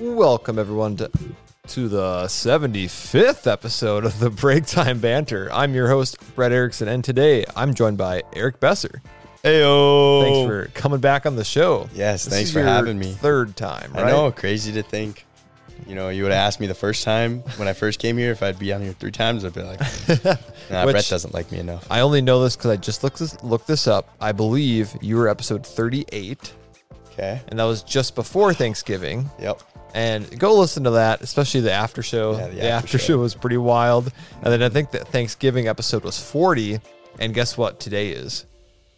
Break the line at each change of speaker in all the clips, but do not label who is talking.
welcome everyone to, to the 75th episode of the Break Time Banter. I'm your host, Brett Erickson, and today I'm joined by Eric Besser.
Heyo.
Thanks for coming back on the show.
Yes,
This
thanks
is
for
your
having me.
Third time, right?
I know, crazy to think. You know, you would have asked me the first time when I first came here if I'd be on here three times. I'd be like, nah,
Which-
Brett doesn't like me enough.
I only know this because I just looked this, looked this up. I believe you were episode 38,
Okay.
and that was just before Thanksgiving.
Yep.
and go listen to that, especially the after show.
Yeah,
the, after, show. was pretty wild. And then I think that Thanksgiving episode was 40. And guess what today is?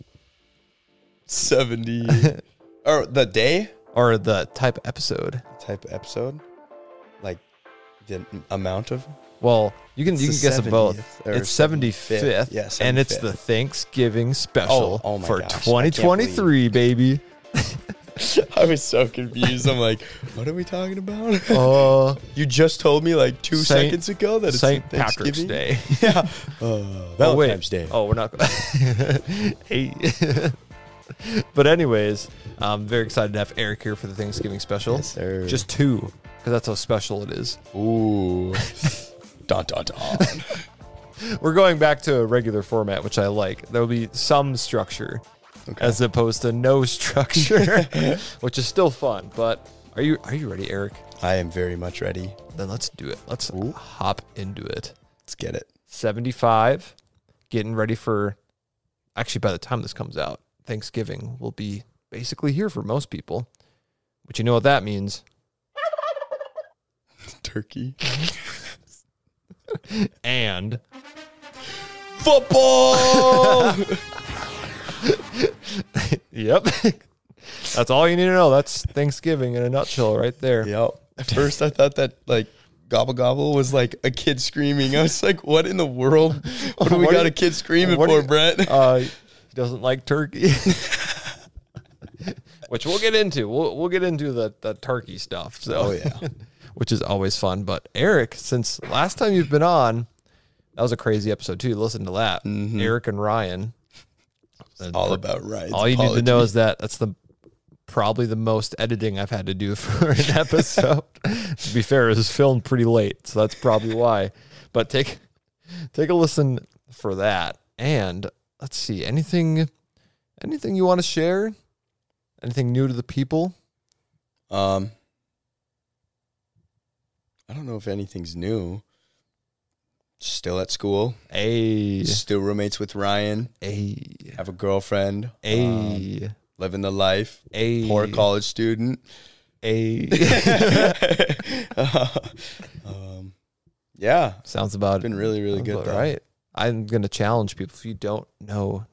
70. or the day
Or the type episode.
type episode. Like the amount of.
Well, you can you can
It's the
guess them both.
70th or
It's 75th.
75th. Yeah,
And it's
75th.
the Thanksgiving special
Oh, oh my
for
gosh, I can't
2023, baby.
I was so confused. I'm like, what are we talking about?
Oh,
you just told me like two
Saint-
seconds ago that it's
St. Patrick's
Thanksgiving.
Day.
Yeah. Uh,
Oh, wait.
Valentine's Day.
Oh, we're not. hey. but anyways, I'm very excited to have Eric here for the Thanksgiving special.
Yes, sir.
Just two, because that's how special it is.
Ooh. dun, dun, dun.
We're going back to a regular format, which I like. There will be some structure, as opposed to no structure, which is still fun. But are you are you ready, Eric?
I am very much ready.
Then let's do it. Let's hop into it.
Let's get it.
75 getting ready for actually by the time this comes out thanksgiving will be basically here for most people but you know what that means
Turkey.
and
Football.
yep that's all you need to know that's thanksgiving in a nutshell right there
yep. At first, I thought that like gobble gobble was like a kid screaming. I was like, what in the world? What do we
What do
got
you-
a kid screaming
what
for,
do you-
Brett?
uh he doesn't like turkey which we'll get into we'll, we'll get into the, the turkey stuff so
Oh, yeah.
which is always fun but eric since last time you've been on that was a crazy episode too listen to that eric and ryan
All about rights.
Mm-hmm. all you need to know is that that's the probably the most editing I've had to do for an episode. to be fair, it was filmed pretty late, so that's probably why. But take take a listen for that. And let's see anything anything you want to share? Anything new to the people?
Um, I don't know if anything's new. Still at school.
A
Still roommates with Ryan.
a
Have a girlfriend. um,
a
living the life.
a
Poor college student.
a
Uh, um, yeah,
sounds about
it's been really, really
Sounds
good.
about
Though.
right? I'm gonna challenge people. If you don't know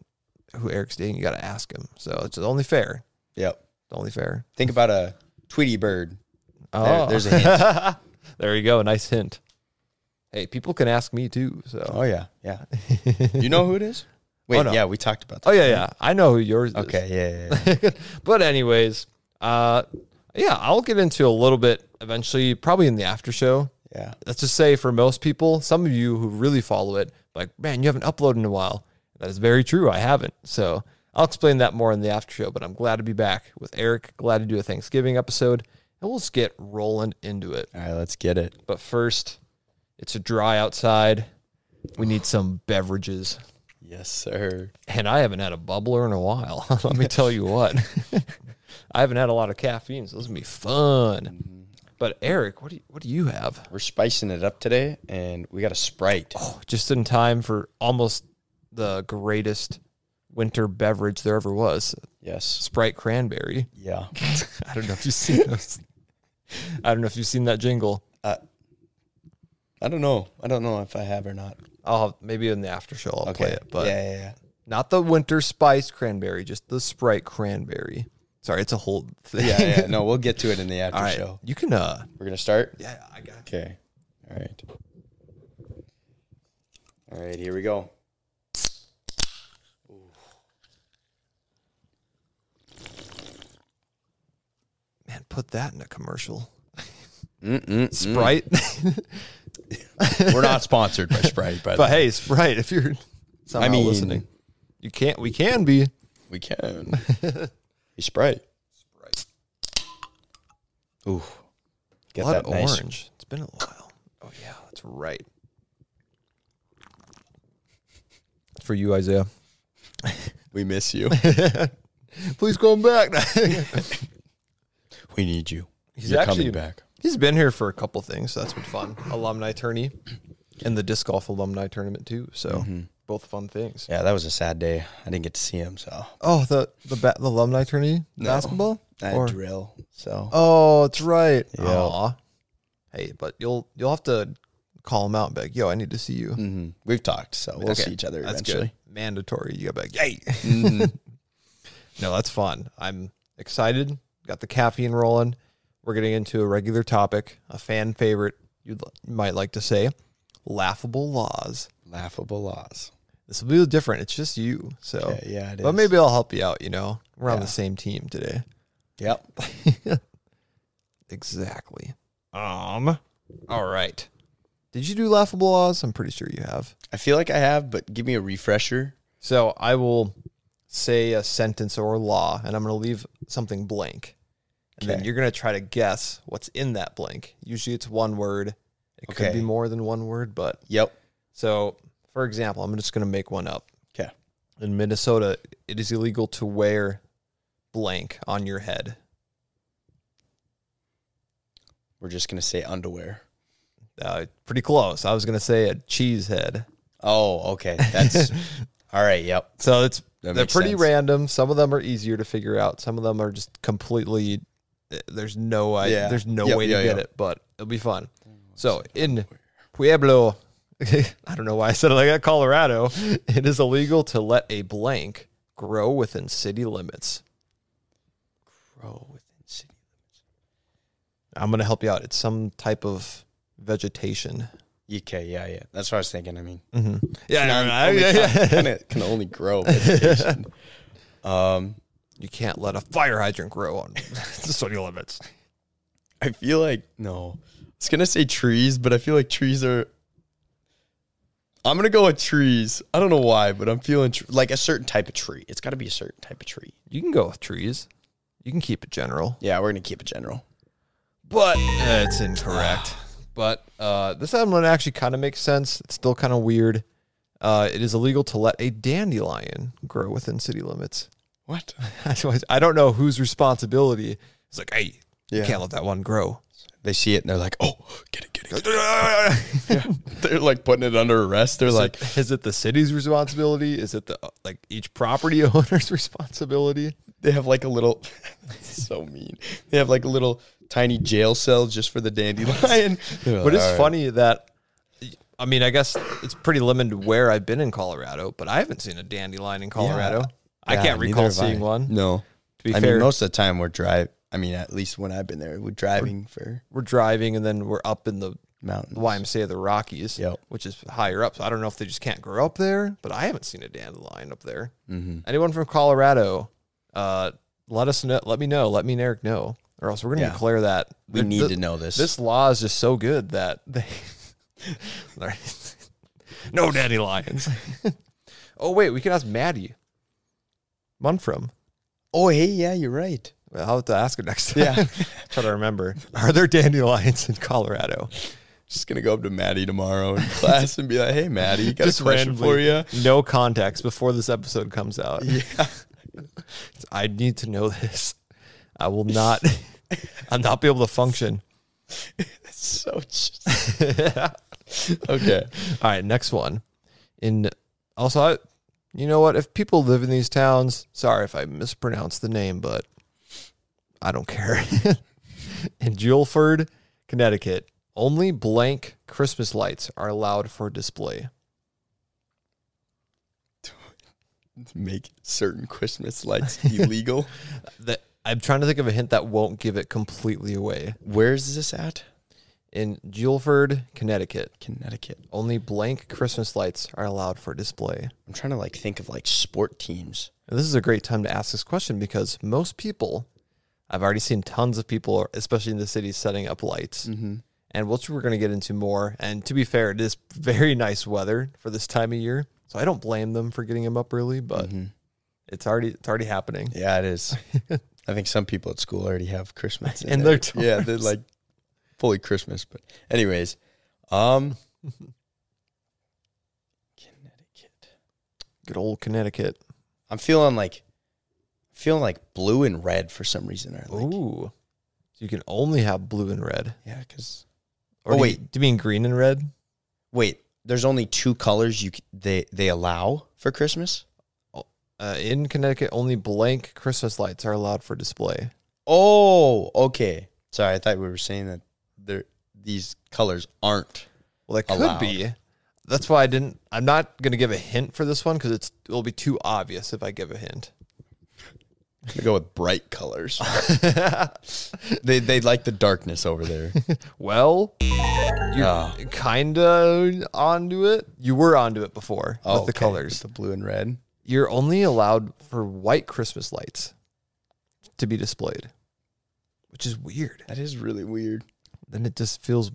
who Eric's dating, you gotta ask him. So it's only fair.
Yep.
It's only fair.
Think about a Tweety bird.
Oh,
there's a hint.
there you go. Nice hint. Hey, people can ask me too. So.
Oh yeah, yeah. You know who it is? Wait,
Oh, no.
yeah, we talked about that.
Oh yeah, yeah. I know who yours is.
Okay, yeah, yeah, yeah.
but anyways, uh, yeah, I'll get into a little bit eventually, probably in the after show.
yeah.
Let's just say for most people, some of you who really follow it, like, man, you haven't uploaded in a while. That is very true. I haven't. So I'll explain that more in the after show, but I'm glad to be back with Eric. Glad to do a Thanksgiving episode. And we'll just get rolling into it.
All right, let's get it.
But first, it's a dry outside. We need some beverages.
Yes, sir.
And I haven't had a bubbler in a while. Let me tell you what. I haven't had a lot of caffeine, so this is gonna be fun. But Eric, what do you, what do you have?
We're spicing it up today, and we got a Sprite.
Oh, just in time for almost the greatest winter beverage there ever was,
Yes.
Sprite cranberry.
Yeah.
I don't know if you've seen those. I don't know if you've seen that jingle.
I don't know. I don't know if I have or not.
I'll have, maybe in the after show I'll play it. But
yeah, yeah, yeah.
not the winter spice cranberry, just the Sprite cranberry. Sorry, it's a whole thing.
Yeah, yeah. No, we'll get to it in the after
All right,
show.
you can. uh
We're gonna start.
Yeah, I got.
Okay. All right. All right, here we go.
Man, put that in a commercial.
Mm.
Sprite,
We're not sponsored by Sprite, by the
but
way.
hey, Sprite, if you're somehow
mean-
listening, you can't. We can be.
We can. hey, Sprite. Sprite. Ooh. Get
Blood
that nice-
orange. It's been a while. Oh yeah, that's right. For you, Isaiah.
we miss you.
Please come back.
we need you.
He's
You're
actually-
coming back.
He's been here for a couple things. So that's been fun. Alumni tourney and the disc golf alumni tournament too. So both fun things.
Mm-hmm. Yeah, that was a sad day. I didn't get to see him, so
Oh, the the, ba- the alumni tourney basketball.
I had
Or-
drill. So
oh, that's right.
Yeah.
Aw. Hey, but you'll you'll have to call him out and be like, "Yo, I need to see you."
Mhm. we've talked, so we'll
Okay,
see each other
That's
eventually.
good. Mandatory. You got back. Yay. no, that's fun. I'm excited. Got the caffeine rolling. We're getting into a regular topic, a fan favorite, you'd, li- you might like to say, laughable laws.
Laughable laws.
This will be different. It's just you. So,
Yeah, yeah, it is.
but maybe I'll help you out. You know, we're on
Yeah.
the same team today.
Yep.
Exactly. Um. All right. Did you do laughable laws? I'm pretty sure you have.
I feel like I have, but give me a refresher.
So I will say a sentence or a law, and I'm going to leave something blank. And then
Okay.
you're going to try to guess what's in that blank. Usually it's one word. It could be
Okay.
more than one word, but
Yep.
so for example, I'm just going to make one up.
Okay.
In Minnesota, it is illegal to wear blank on your head.
We're just gonna say underwear.
Uh, pretty close. I was going to say a cheese head.
Oh, okay. That's all right. Yep.
So it's they're
That makes
pretty
sense.
random. Some of them are easier to figure out. Some of them are just completely. eh, There's no I,
Yeah.
there's no
Yep,
way to
yeah,
get
yeah. Oh,
it, but it'll be fun. So in Pueblo, I don't know why I said it like that. Colorado, it is illegal to let a blank grow within city limits.
Grow within city.
I'm gonna help you out. It's some type of vegetation.
Okay. Yeah. Yeah. That's what I was thinking. I mean,
Yeah,
only Can, kinda- can only grow. vegetation. um,
You can't let a fire hydrant grow on city limits.
I feel like no. I was gonna say trees, but I feel like trees are. I'm gonna go with trees. I don't know why, but I'm feeling tr- like a certain type of tree. It's got to be a certain type of tree.
You can go with trees. You can keep it general.
Yeah, we're gonna keep it general.
but it's incorrect. but uh, this item one actually kind of makes sense. It's still kind of weird. Uh, it is illegal to let a dandelion grow within city limits.
What?
So I- I don't know whose responsibility. It's like, hey, you
Yeah.
can't let that one grow.
They see it and they're like, "Oh, get it, get it!" Get it. Yeah. They're like putting it under arrest. They're like,
Like, is it the city's responsibility? Is it the uh, like each property owner's responsibility?
they have like a little. so mean. They have like a little tiny jail cell just for the dandelion.
But it's funny that I mean, I guess it's pretty limited where I've been in Colorado, but I haven't seen a dandelion in Colorado. I can't recall seeing one.
No.
To be
I
fair,
mean, most of the time we're drive. I mean, at least when I've been there, we're driving for
we're driving and then we're up in the
mountains.
YMCA of the Rockies,
Yep.
which is higher up. So I don't know if they just can't grow up there, but I haven't seen a dandelion up there.
Mm-hmm.
Anyone from Colorado, uh, let us know. Let me know. Let me and Eric know, or else we're going to
Yeah.
declare that
We
Th-
need
th-
to know this.
This law is just so good that they. They're- no dandelions. oh wait, we can ask Maddie Munfrom.
Oh, hey, yeah, you're right.
Well, I'll have to ask her next time.
Yeah.
Try to remember. Are there dandelions in Colorado?
Just gonna go up to Maddie tomorrow in class and be like, "Hey, Maddie, you got
Just
a question for you?"
randomly, No context before this episode comes out.
Yeah.
I need to know this. I will not. I'll not be able to function.
so. Just... okay.
All right, next one. In also, I, you know what? If people live in these towns, sorry if I mispronounce the name, but I don't care. in Juleford, Connecticut, only blank Christmas lights are allowed for display.
Make certain Christmas lights illegal.
That I'm trying to think of a hint that won't give it completely away.
Where is this at?
In Juleford, Connecticut,
Connecticut.
Only blank Christmas lights are allowed for display.
I'm trying to like think of like sport teams.
And this is a great time to ask this question because most people, I've already seen tons of people, especially in the city, setting up lights.
Mm-hmm.
And which we're going to get into more. And to be fair, it is very nice weather for this time of year, so I don't blame them for getting them up early. But
Mm-hmm.
it's already it's already happening.
Yeah, it is. I think some people at school already have Christmas in
In their
Yeah, they're like fully Christmas, but anyways, um, Connecticut.
Good old Connecticut.
I'm feeling like, feeling like blue and red for some reason. Or like,
Ooh. So you can only have blue and red.
yeah, because
Or
Oh,
do you-
wait.
do you mean green and red?
wait, there's only two colors you c- they they allow for Christmas.
Uh, in Connecticut, only blank Christmas lights are allowed for display.
Oh, okay. Sorry, I thought we were saying that there these colors aren't.
Well, that could
Allowed.
be. That's why I didn't. I'm not going to give a hint for this one because it's it'll be too obvious if I give a hint.
I'm gonna go with bright colors. they they like the darkness over there.
Well, you're
Ah.
kinda onto it. You were onto it before with the
okay,
colors.
the blue and red.
You're only allowed for white Christmas lights to be displayed, which is weird.
That is really weird.
Then it just feels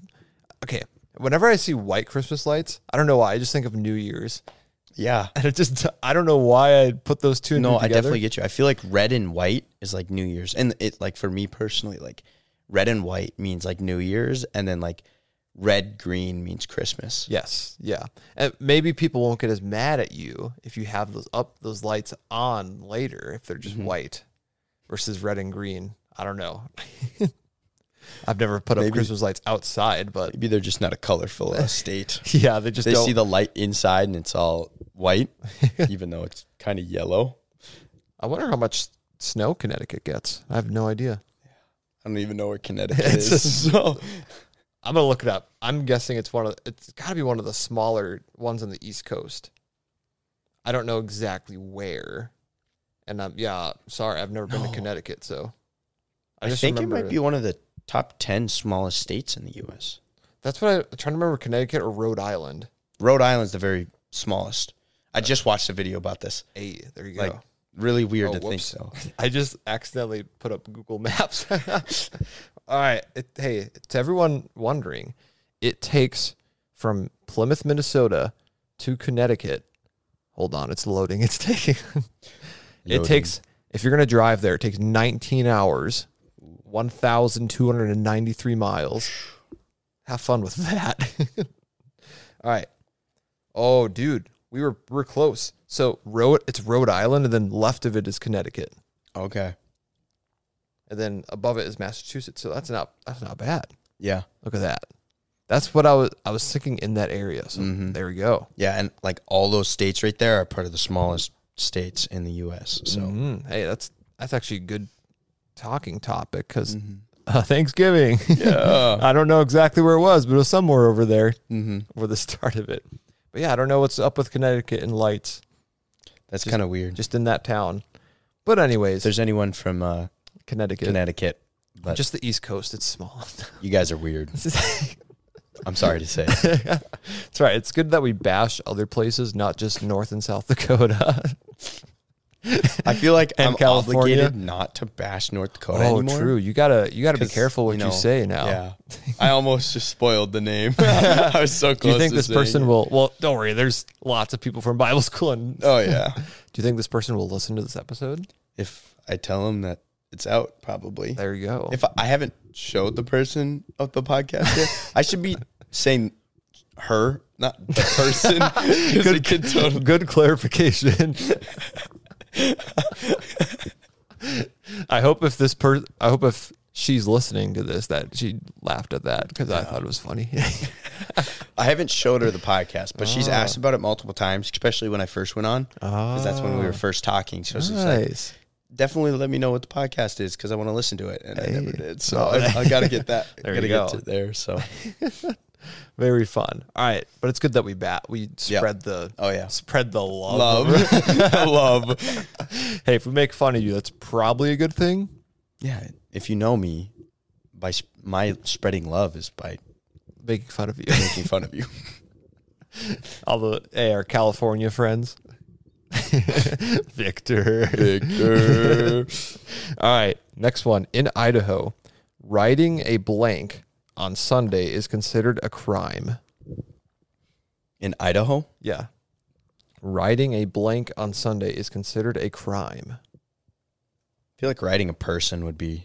okay. Whenever I see white Christmas lights, I don't know why. I just think of New Year's,
Yeah.
and it just I don't know why I put those two. and two
No, I
together.
definitely get you. I feel like red and white is like New Year's, and it like for me personally, like red and white means like New Year's, and then like red green means Christmas.
Yes, yeah, and maybe people won't get as mad at you if you have those up those lights on later if they're
Mm-hmm.
just white versus red and green. I don't know. I've never put up
Maybe-
Christmas lights outside, but
Maybe they're just not a colorful uh, state.
yeah, they just
They
don't.
see the light inside and it's all white, even though it's kind of yellow.
I wonder how much snow Connecticut gets. I have no idea.
I don't even know where Connecticut
It's
is. so
I'm gonna look it up. I'm guessing it's one of it's got to be one of the smaller ones on the East Coast. I don't know exactly where, and I'm yeah. Sorry, I've never been to
No.
Connecticut, so
I, think it
remember-
might be one of the top 10 smallest states in the U.S.
That's what I, I'm trying to remember Connecticut or Rhode Island.
Rhode Island's the very smallest. I just watched a video about this.
Hey, there you
Like,
go.
really weird
Oh,
to think
whoops.
so.
I just accidentally put up Google Maps. All right. It, hey, to everyone wondering, it takes from Plymouth, Minnesota to Connecticut. Hold on, it's loading. It's taking. it
Loading.
takes if you're gonna drive there, it takes 19 hours, 1,293 miles. Have fun with that. All right. Oh, dude, we were we're close. So Rhode, it's Rhode Island, and then left of it is Connecticut
Okay.
and then above it is Massachusetts. So that's not that's not bad.
Yeah.
Look at that. That's what I was I was thinking in that area. So there we go.
Yeah. And like all those states right there are part of the smallest states in the U.S. So
Mm, hey, that's that's actually a good talking topic because uh, Thanksgiving.
Mm-hmm. yeah.
I don't know exactly where it was, but it was somewhere over there
hmm
for the start of it. But yeah, I don't know what's up with Connecticut and lights
That's kind of weird.
just in that town. But anyways,
If there's anyone from uh,
Connecticut,
Connecticut, but
just the East Coast. It's small.
you guys are weird. I'm sorry to say.
That's right. It's good that we bash other places, not just North and South Dakota.
I feel like
And
I'm
California.
obligated not to bash North Dakota
oh,
anymore.
true. You gotta you gotta be
'Cause,
careful what you,
know,
say now.
Yeah, I almost just spoiled the name. I was so
Do
close.
you think
to
this
saying
person
it.
will? Well, don't worry. There's lots of people from Bible school, and do
Oh yeah.
you think this person will listen to this episode?
if I tell him that it's out, probably.
There you go.
If I- I haven't showed the person of the podcast yet, I should be saying her, not the person. 'cause it could totally-
good clarification. I hope if this per, I hope if she's listening to this that she laughed at that because I thought it was funny.
I haven't showed her the podcast, but
Ah.
she's asked about it multiple times, especially when I first went on, because that's when
Ah.
we were first talking. So she's like,
nice.
definitely let me know what the podcast is because I want to listen to it, and I never
Hey. Oh,
did. So I, I gotta get that.
There
gotta
you
get
go.
to there. So
Very fun. All right, but it's good that we bat. We spread the
oh yeah,
spread the love.
love, love.
Hey, if we make fun of you, that's probably a good thing.
Yeah, if you know me, by sp- my spreading love is by
Making fun of you.
making fun of you.
All the hey, our California friends. Victor.
Victor.
All right, next one in Idaho, riding a blank on Sunday is considered a crime.
In Idaho,
Yeah. Riding a blank on Sunday is considered a crime.
I feel like writing a person would be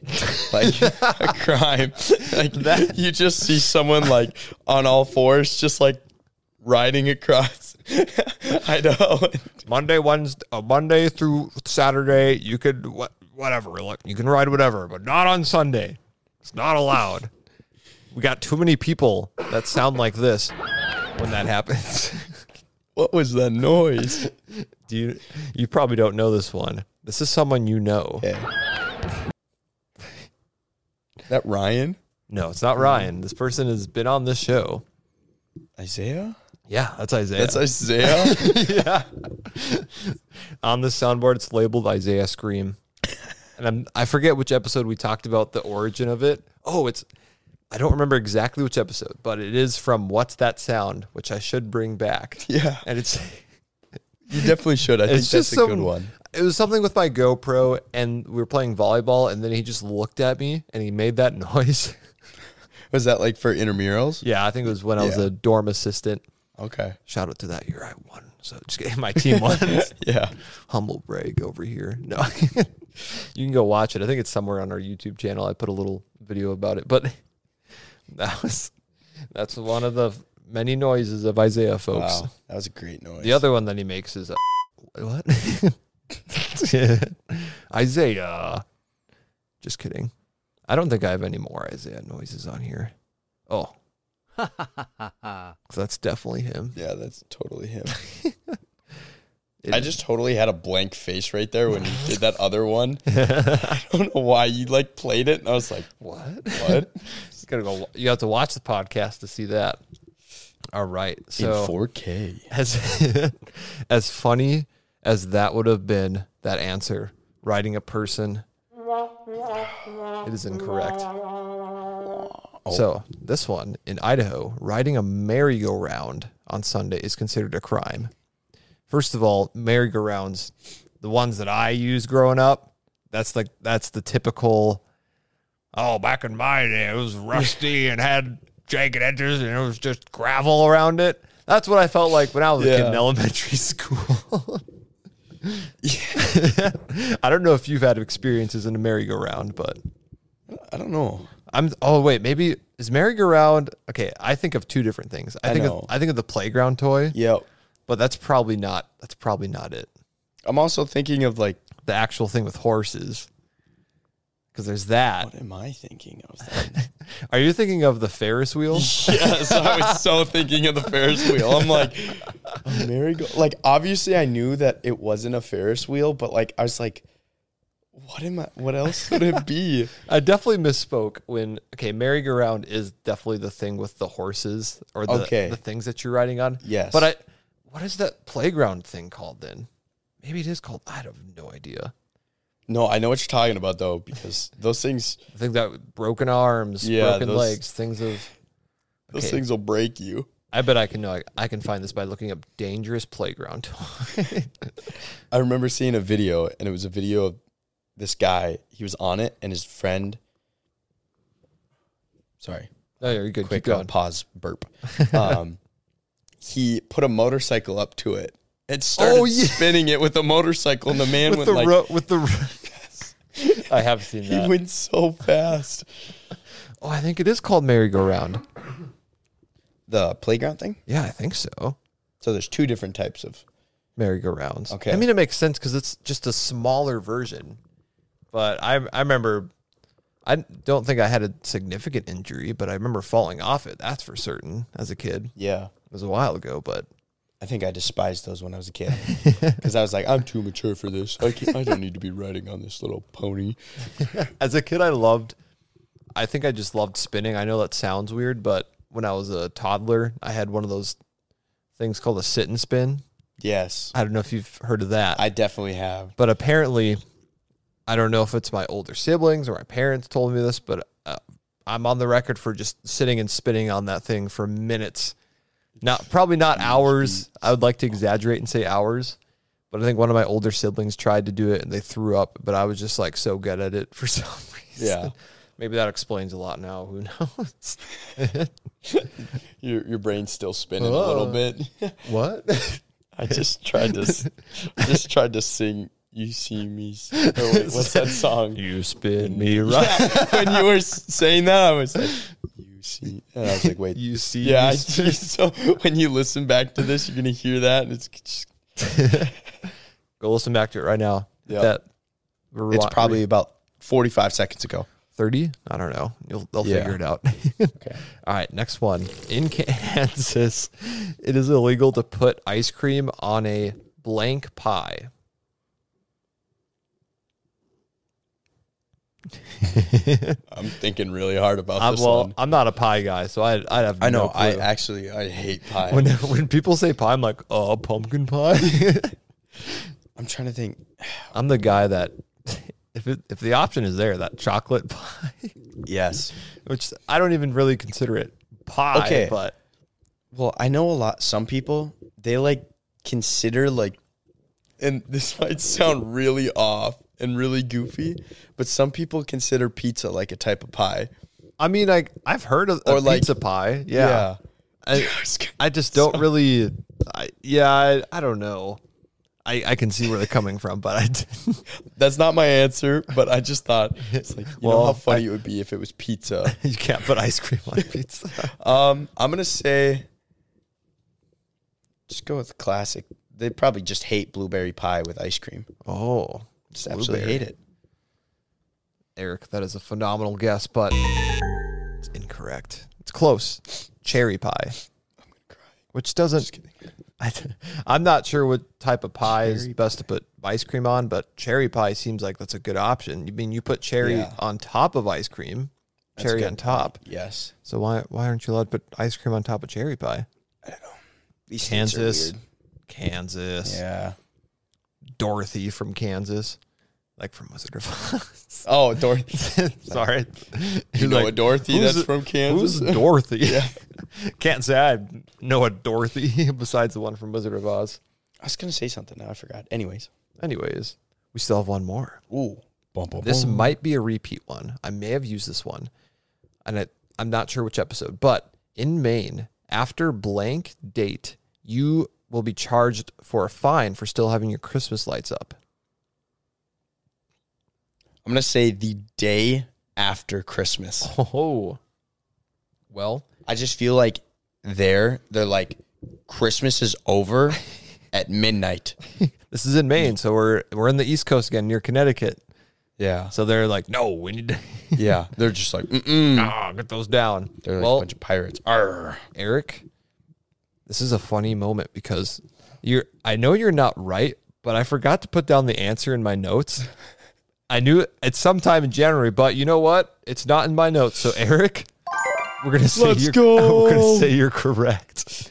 like a crime. Like that, you just see someone like on all fours, just like riding across Idaho.
Monday, Wednesday, uh, Monday through Saturday, you could what, whatever. Look, you can ride whatever, but not on Sunday. It's not allowed. We got too many people that sound like this when that happens.
What was that noise?
Do you? You probably don't know this one. This is someone you know.
Okay. That Ryan
No, it's not Ryan. This person has been on this show.
Isaiah.
Yeah, that's Isaiah.
That's Isaiah.
yeah. On the soundboard, it's labeled Isaiah Scream, and I'm, I forget which episode we talked about the origin of it. Oh, it's I don't remember exactly which episode, but it is from What's That Sound, which I should bring back.
yeah,
And it's
you definitely should. I think
it's
that's
just
a
some,
good one.
It was something with my GoPro, and we were playing volleyball, and then he just looked at me and he made that noise.
Was that like for intramurals?
yeah, I think it was when I was
Yeah.
a dorm assistant.
Okay.
Shout out to that year I won. So just getting my team won.
Yeah.
humble brag over here. No, you can go watch it. I think it's somewhere on our YouTube channel. I put a little video about it, but that was that's one of the many noises of Isaiah, folks.
Wow, that was a great noise.
The other one that he makes is a, what? Isaiah. Just kidding. I don't think I have any more Isaiah noises on here. Oh, that's definitely him.
Yeah, that's totally him.
It
I
is-
just totally had a blank face right there when you did that other one. I don't know why you like played it, and I was like,
what?
"What?"
You gotta go. You have to watch the podcast to see that. All right. So
4K.
as as funny as that would have been, that answer riding a person, it is incorrect. So this one in Idaho, riding a merry-go-round on Sunday is considered a crime. First of all, merry-go-rounds, the ones that I used growing up, that's like that's the typical oh, back in my day, it was rusty and had jagged edges and it was just gravel around it. That's what I felt like when I was a kid in
Yeah.
elementary school. I don't know if you've had experiences in a merry-go-round, but
I don't know.
I'm. Oh wait, maybe is merry-go-round? Okay, I think of two different things. I, think of
know.
I think of the playground toy,
Yep.
but that's probably not. That's probably not it.
I'm also thinking of like,
The actual thing with horses, because there's that.
what am I thinking of?
Are you thinking of the Ferris wheel?
yes, I was so thinking of the Ferris wheel. I'm like, a merry-go. Like, obviously, I knew that it wasn't a Ferris wheel, but like, I was like, what am I? What else would it be?
I definitely misspoke when okay, merry-go-round is definitely the thing with the horses or the,
Okay.
the things that you're riding on.
Yes.
But I what is that playground thing called then? Maybe it is called I have no idea.
No, I know what you're talking about though, because those things,
I think that broken arms,
Yeah,
broken
those-
legs, things of
those
Okay.
things will break you.
I bet I can know I, I can find this by looking up dangerous playground toy.
I remember seeing a video, and it was a video of this guy. He was on it, and his friend. Sorry,
no, Oh, you're good. Keep
quick uh,
going.
pause burp. Um, he put a motorcycle up to it and started
Oh, yeah.
spinning it with a motorcycle, and the man
With
went
the,
like,
ro- with the I have seen
he
that.
went so fast.
Oh, I think it is called merry-go-round.
The playground thing.
Yeah, I think so.
So there's two different types of.
merry-go-rounds.
Okay.
I mean, it makes sense because it's just a smaller version. But I I remember, I don't think I had a significant injury, but I remember falling off it. That's for certain as a kid. It
Yeah,
was a while ago, but
I think I despised those when I was a kid because I was like, I'm too mature for this. I, can't, I don't need to be riding on this little pony.
as a kid, I loved. I think I just loved spinning. I know that sounds weird, but when I was a toddler, I had one of those things called a sit and spin.
Yes,
I don't know if you've heard of that.
I definitely have.
but apparently i don't know if it's my older siblings or my parents told me this but uh, i'm on the record for just sitting and spinning on that thing for minutes not probably not hours i would like to exaggerate and say hours but i think one of my older siblings tried to do it and they threw up but i was just like so good at it for some reason
Yeah.
maybe that explains a lot now who knows
Your your brain's still spinning a
Oh.
little bit.
what
I just tried to s- I just tried to sing you see me. s- Or wait, what's that song?
You spin me right.
when you were s- saying that, I was like, you see, and I was like, wait,
You see me
yeah. I, so when you listen back to this, you're gonna hear that, and it's just,
Go listen back to it right now.
Yeah.
That
it's
rewi-
probably about 45 seconds ago.
30 i don't know You'll, they'll
Yeah.
figure it out all right next one in kansas it is illegal to put ice cream on a blank pie
I'm thinking really hard about
I'm,
this
well
one.
i'm not a pie guy so i, I have
I know.
no
I
clue.
actually I hate pie.
when, when people say pie i'm like oh pumpkin pie
I'm trying to think.
i'm the guy that if, it, if the option is there that chocolate pie
Yes.
which i don't even really consider it pie
Okay.
but
Well, I know a lot. Some people they like consider like, and this might sound really off and really goofy, but some people consider pizza like a type of pie.
i mean like i've heard of
Or
or
like-
pizza pie yeah. I- I just don't really. I, yeah, I, I don't know. I, I can see where they're coming from, but I didn't.
That's not my answer, but I just thought it's like you know
Well,
how funny it would be if it was pizza.
you can't put ice cream on pizza.
Um, I'm gonna say, just go with classic. They probably just hate blueberry pie with ice cream.
Oh,
Just absolutely hate it.
Eric, that is a phenomenal guess, but it's incorrect. It's close. Cherry pie, which doesn't. I, I'm not sure what type of pie is best to put ice cream on, but cherry pie seems like that's a good option. You mean you put cherry
Yeah.
on top of ice cream, cherry
good.
on top.
Yes,
So why why aren't you allowed to put ice cream on top of cherry pie?
These things are
Kansas,
weird.
Kansas,
Yeah.
Dorothy from Kansas, like from Wizard of Oz.
Oh, Dorothy.
Sorry,
You know a Dorothy
"Who's
that's
a-
from
Who's
Kansas?
Dorothy? Can't say I know a Dorothy besides the one from Wizard of Oz.
I was gonna say something now. I forgot. Anyways,
Anyways, we still have one more.
ooh, bum, bum,
This
bum.
might be a repeat one. I may have used this one, and I, I'm not sure which episode. But in Maine, after blank date, you will be charged for a fine for still having your Christmas lights up.
I'm gonna say the day after Christmas.
Oh, well,
I just feel like there, they're like, Christmas is over at midnight.
this is in Maine, so we're we're in the East Coast again, near Connecticut.
Yeah,
So they're like, no, we need to
yeah. They're just like, mm.
ah, get those down.
They're like a
well,
bunch of pirates. Arr.
Eric, this is a funny moment because you're. I know you're not right, but I forgot to put down the answer in my notes. I knew it's sometime in January, but you know what? It's not in my notes. So Eric, we're gonna say
Let's
you're.
go.
We're gonna say you're correct.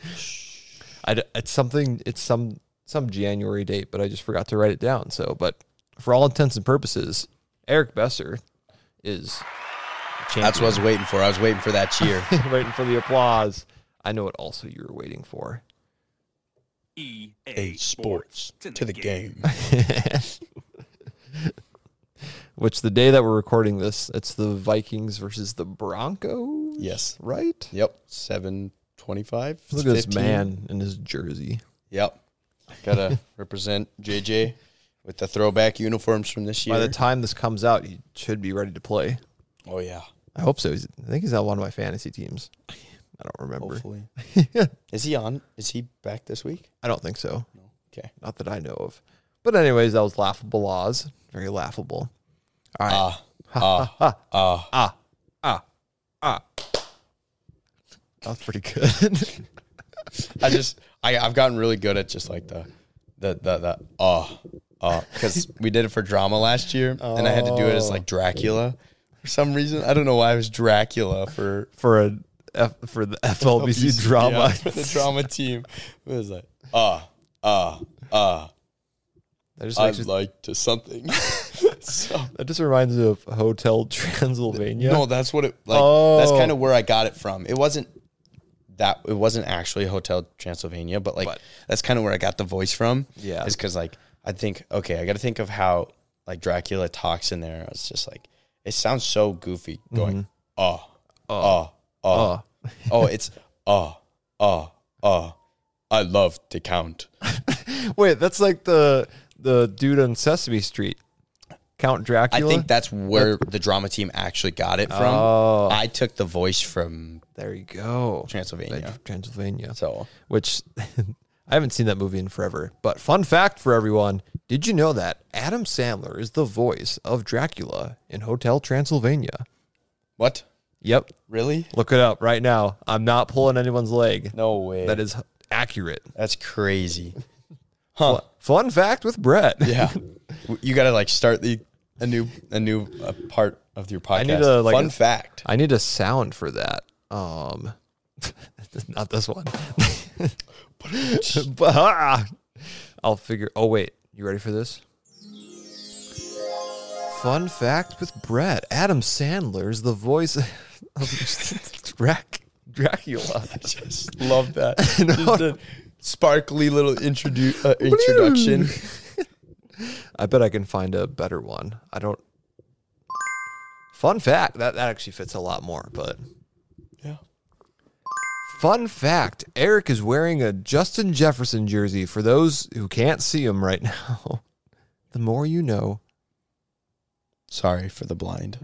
I, d- it's something. It's some some January date, but I just forgot to write it down. So, but for all intents and purposes, Eric Besser is.
That's what I was waiting for. I was waiting for that cheer.
waiting for the applause. I know what also you were waiting for.
Eight E sports to the game.
Which the day that we're recording this, it's the Vikings versus the Broncos.
Yes.
Right?
Yep. Seven twenty-five.
Look at this man in his jersey.
Yep. Gotta represent JJ with the throwback uniforms from this year.
By the time this comes out, he should be ready to play.
oh yeah.
I hope so. He's, I think he's on one of my fantasy teams. I don't remember.
Hopefully. is he on? Is he back this week?
I don't think so.
Okay.
Not that I know of. But anyways, that was laughable laws. Very laughable. All right.
Ah. Ah. Ah.
Ah. that was pretty good.
I just I I've gotten really good at just like the the the the ah ah because we did it for drama last year and I had to do it as like Dracula for some reason. I don't know why I was Dracula for
for a F, for the FLBC drama.
Yeah, for the drama team. It was like, ah, ah, ah,
That just
I'd
makes me-
like to something. so,
that just reminds me of Hotel Transylvania.
No, that's what it like. That's
Oh.
kind of where I got it from. It wasn't that it wasn't actually Hotel Transylvania, but like that's kind of where I got the voice from.
Yeah.
Is because like I think, okay, I got to think of how like Dracula talks in there. I was just like, it sounds so goofy going,
Mm-hmm.
oh,
Ah.
oh, oh,
Uh,
Oh, it's uh uh uh. I love to count.
wait, that's like the the dude on Sesame Street, Count
I
Dracula.
think that's where the drama team actually got it from.
Oh.
I took the voice from
there you go.
Transylvania.
Transylvania.
So
which I haven't seen that movie in forever. But fun fact for everyone: Did you know that Adam Sandler is the voice of Dracula in Hotel Transylvania?
what?
Yep,
Really?
look it up right now. I'm not pulling anyone's leg.
No way.
That is accurate.
that's crazy. Huh?
Fun fact with Brett.
Yeah. W- you got to like start the a new a new uh, part of your podcast.
need to, like,
Fun fact.
I need a sound for that. Um, not this one. But, ah, I'll figure. Oh wait, you ready for this? Fun fact with Brett: Adam Sandler is the voice of Drac- Dracula.
Just love that.
No.
Just a sparkly little introdu- uh, introduction.
I bet I can find a better one. I don't. Fun fact that that actually fits a lot more, but
yeah.
Fun fact Eric is wearing a Justin Jefferson jersey for those who can't see him right now. The more you know.
Sorry for the blind.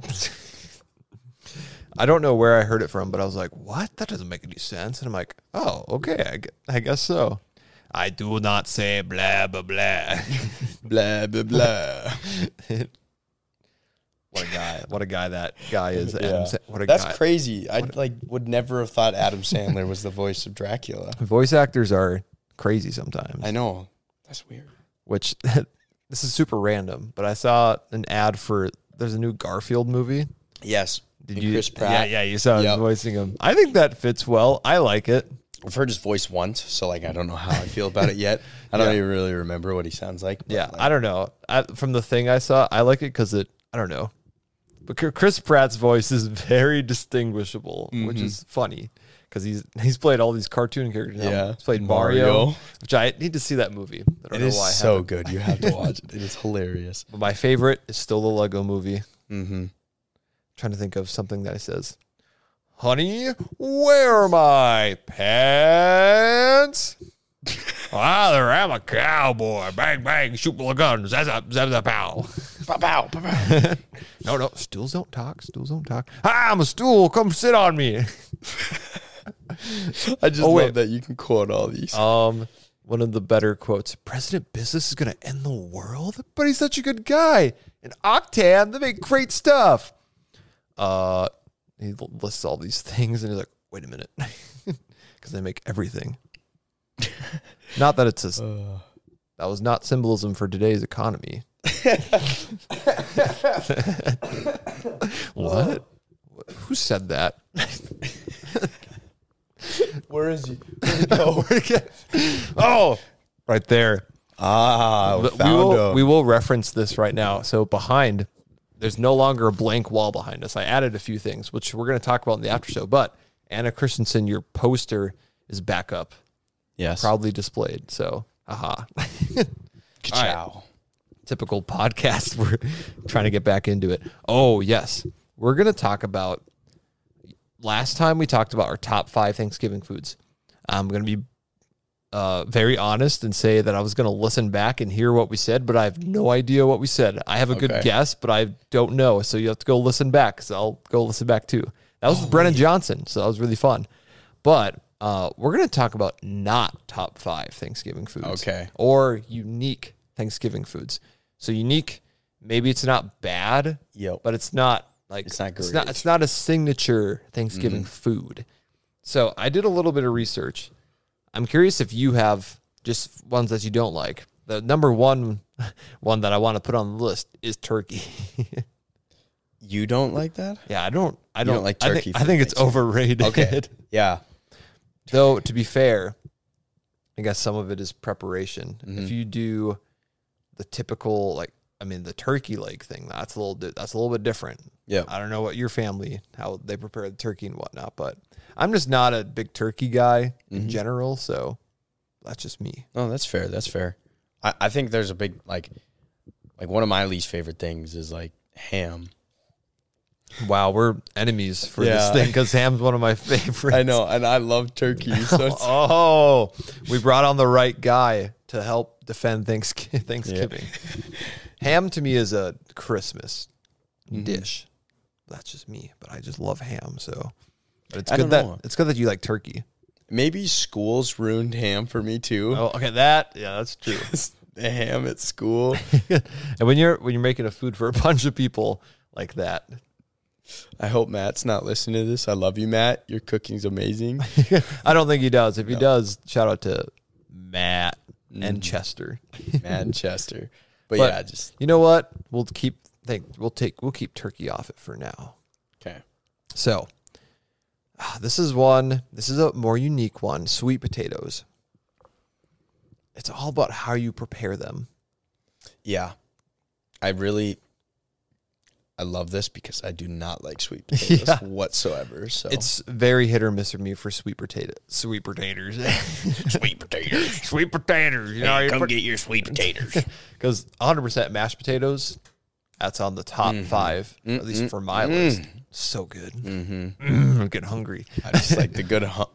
I don't know where I heard it from, but I was like, what? That doesn't make any sense. And I'm like, oh, okay. I, gue- I guess so. I do not say blah, blah, blah.
blah blah blah.
what a guy. What a guy that guy is. Adam Sa- what a
That's
guy.
crazy. I like would never have thought Adam Sandler was the voice of Dracula.
Voice actors are crazy sometimes.
I know. That's weird.
which this is super random, but I saw an ad for there's a new Garfield movie.
Yes. Did
you-
Chris Pratt?
Yeah, yeah, you saw him
Yep.
voicing him. I think that fits well. I like it.
I've heard his voice once, so like I don't know how I feel about it yet. I don't even really remember what he sounds like. but,
Yeah,
like,
I don't know. I, from the thing I saw, I like it because it. I don't know, but Chr- Chris Pratt's voice is very distinguishable, which
Mm-hmm.
is funny because he's he's played all these cartoon characters. now.
Yeah.
he's played Mario,
Mario.
which I need to see that movie. I don't
it
know
is
why. I
so
haven't.
good. You have to watch it. It is hilarious.
But my favorite is still the Lego Movie.
Mm-hmm.
trying to think of something that he says. Honey, where are my pants? Father, I'm a cowboy. Bang, bang, shoot the guns. That's a, that's a pow.
Pow, pow, pow, pow.
No, no, stools don't talk. Stools don't talk. Hi, I'm a stool. Come sit on me.
I just
Oh, wait.
love that you can quote all these.
Um, one of the better quotes President Business is going to end the world, but he's such a good guy. And Octan, they make great stuff. Uh, he l- lists all these things and he's like, wait a minute, because they make everything. not that it's a, s- that was not symbolism for today's economy. what? Wh- Who said that?
Where is he?
oh, right there.
Ah,
But we
found
will,
him.
we will reference this right now. So behind, there's no longer a blank wall behind us. I added a few things, which we're going to talk about in the after show. But Anna Christensen, your poster is back up,
yes.
proudly displayed. So, aha,
Ka-chow.
typical podcast. We're trying to get back into it. Oh yes, we're going to talk about. Last time we talked about our top five Thanksgiving foods. I'm going to be uh, very honest and say that I was going to listen back and hear what we said, but I have no idea what we said. I have a good
Okay.
guess, but I don't know. So you have to go listen back. So I'll go listen back too. That
Oh,
was with Brennan Johnson. So that was really fun. But uh, we're going to talk about not top five Thanksgiving foods.
Okay.
Or unique Thanksgiving foods. So unique, maybe it's not bad,
Yep.
but it's not like
It's not Mm-hmm.
It's not,
great.
it's not a signature Thanksgiving food. So I did a little bit of research. I'm curious if you have just ones that you don't like. The number one one that I want to put on the list is turkey.
You don't like that?
yeah, I don't. I
don't
don't,
like
I
turkey
think, I
for
think it's overrated.
Okay. yeah.
Though to be fair, I guess some of it is preparation. If you do the typical like I mean the turkey leg thing, that's a little di- that's a little bit different.
Yep.
I don't know what your family how they prepare the turkey and whatnot, but I'm just not a big turkey guy in general, so that's just me.
No, Oh, that's fair. That's fair. I, I think there's a big like like one of my least favorite things is like ham.
Wow, we're enemies for this
Yeah.
thing because ham's one of my favorites.
I know, and I love turkey. So it's,
Oh, we brought on the right guy to to help defend Thanksgiving. Thanksgiving. ham to me is a Christmas dish. That's just me, but I just love ham. So, but it's
I
good
don't
that
know.
it's good that you like turkey.
Maybe schools ruined ham for me too.
Oh, okay, that yeah, that's true.
the ham at school.
and when you're when you're making a food for a bunch of people like that,
I hope Matt's not listening to this. I love you, Matt. Your cooking's amazing.
I don't think he does. If he does, shout out to Matt and Chester.
Manchester. But,
But-
yeah, just
You know what? We'll keep think we'll take we'll keep turkey off it for now.
okay.
So ah, this is one. This is a more unique one. Sweet potatoes. It's all about how you prepare them.
Yeah. I really I love this because I do not like sweet potatoes
Yeah.
whatsoever. So
It's very hit or miss for me for sweet potato sweet potatoes.
sweet potatoes.
sweet potatoes. You know,
Come get your sweet potatoes.
because 100% mashed potatoes that's on the top five at least for my list so good Mm, i'm getting hungry
I just like the good hum-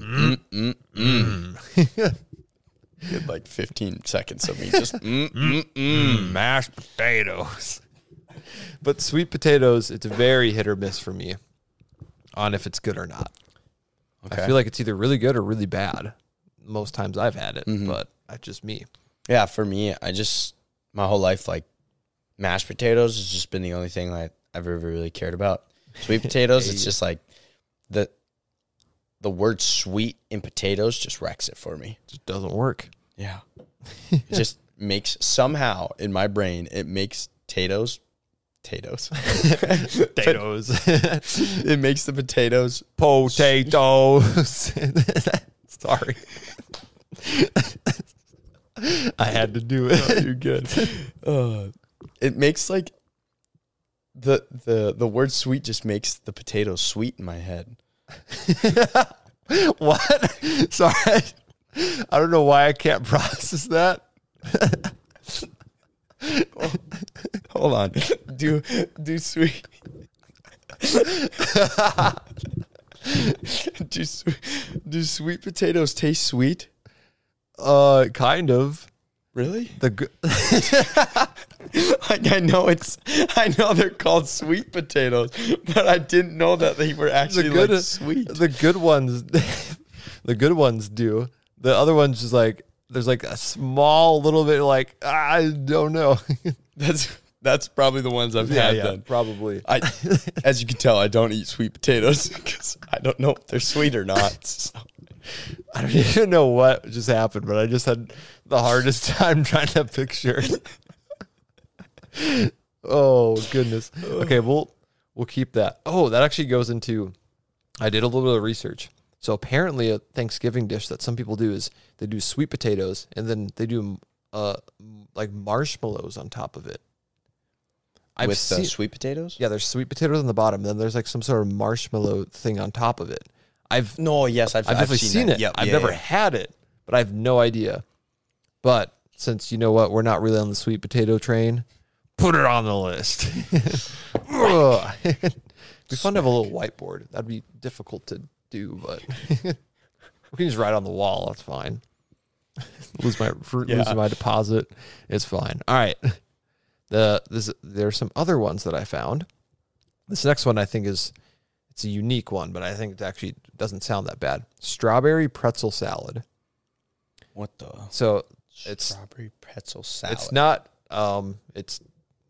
mm-hmm. Mm, mm, mm. mm-hmm, Good like 15 seconds of me just mm, mm, mm.
mashed potatoes but sweet potatoes it's very hit or miss for me on if it's good or not i
Okay.
feel like it's either really good or really bad most times i've had it but that's just me
Yeah, for me, I just my whole life like mashed potatoes has just been the only thing like I've ever really cared about. Sweet potatoes, it's just like the the word sweet in potatoes just wrecks it for me.
it just doesn't work
Yeah. it just makes somehow in my brain it makes potatoes potatoes.
potatoes
it makes the potatoes
potatoes sorry i had to do it
You're good. Uh, it makes like the the the word sweet just makes the potatoes sweet in my head.
What? Sorry. I don't know why I can't process that.
Hold on. Do do sweet. do, swe- do sweet potatoes taste sweet?
Uh, kind of.
Really?
The g-
Like I know it's I know they're called sweet potatoes, but I didn't know that they were actually
good-
like sweet.
the good ones, the good ones do. The other ones just like there's like a small little bit like "Ah, I don't know.
That's that's probably the ones I've had then.
probably.
I, as you can tell, I don't eat sweet potatoes because I don't know if they're sweet or not. So.
I don't even know what just happened, but I just had the hardest time trying to picture. oh goodness. Okay, we'll we'll keep that. Oh, that actually goes into. I did a little bit of research. So apparently, a Thanksgiving dish that some people do is they do sweet potatoes and then they do uh like marshmallows on top of it. I've
With the
seen-
sweet potatoes?
yeah, there's sweet uh, potatoes on the bottom, and then there's like some sort of marshmallow thing on top of it. I've
No, yes, I've,
I've, definitely seen,
that.
it.
Yep,
I've
yeah,
never
yeah.
had it, but I have no idea. But since you know what, we're not really on the sweet potato train. Put it on the list. Ugh. It'd be fun to have a little whiteboard. That'd be difficult to do, but we can just write on the wall. That's fine. lose my fruit,
Yeah.
lose my deposit. It's fine. All right. The this there's some other ones that I found. This next one I think is it's a unique one, but I think it actually doesn't sound that bad. Strawberry pretzel salad.
What the?
So it's
strawberry pretzel salad.
it's not um it's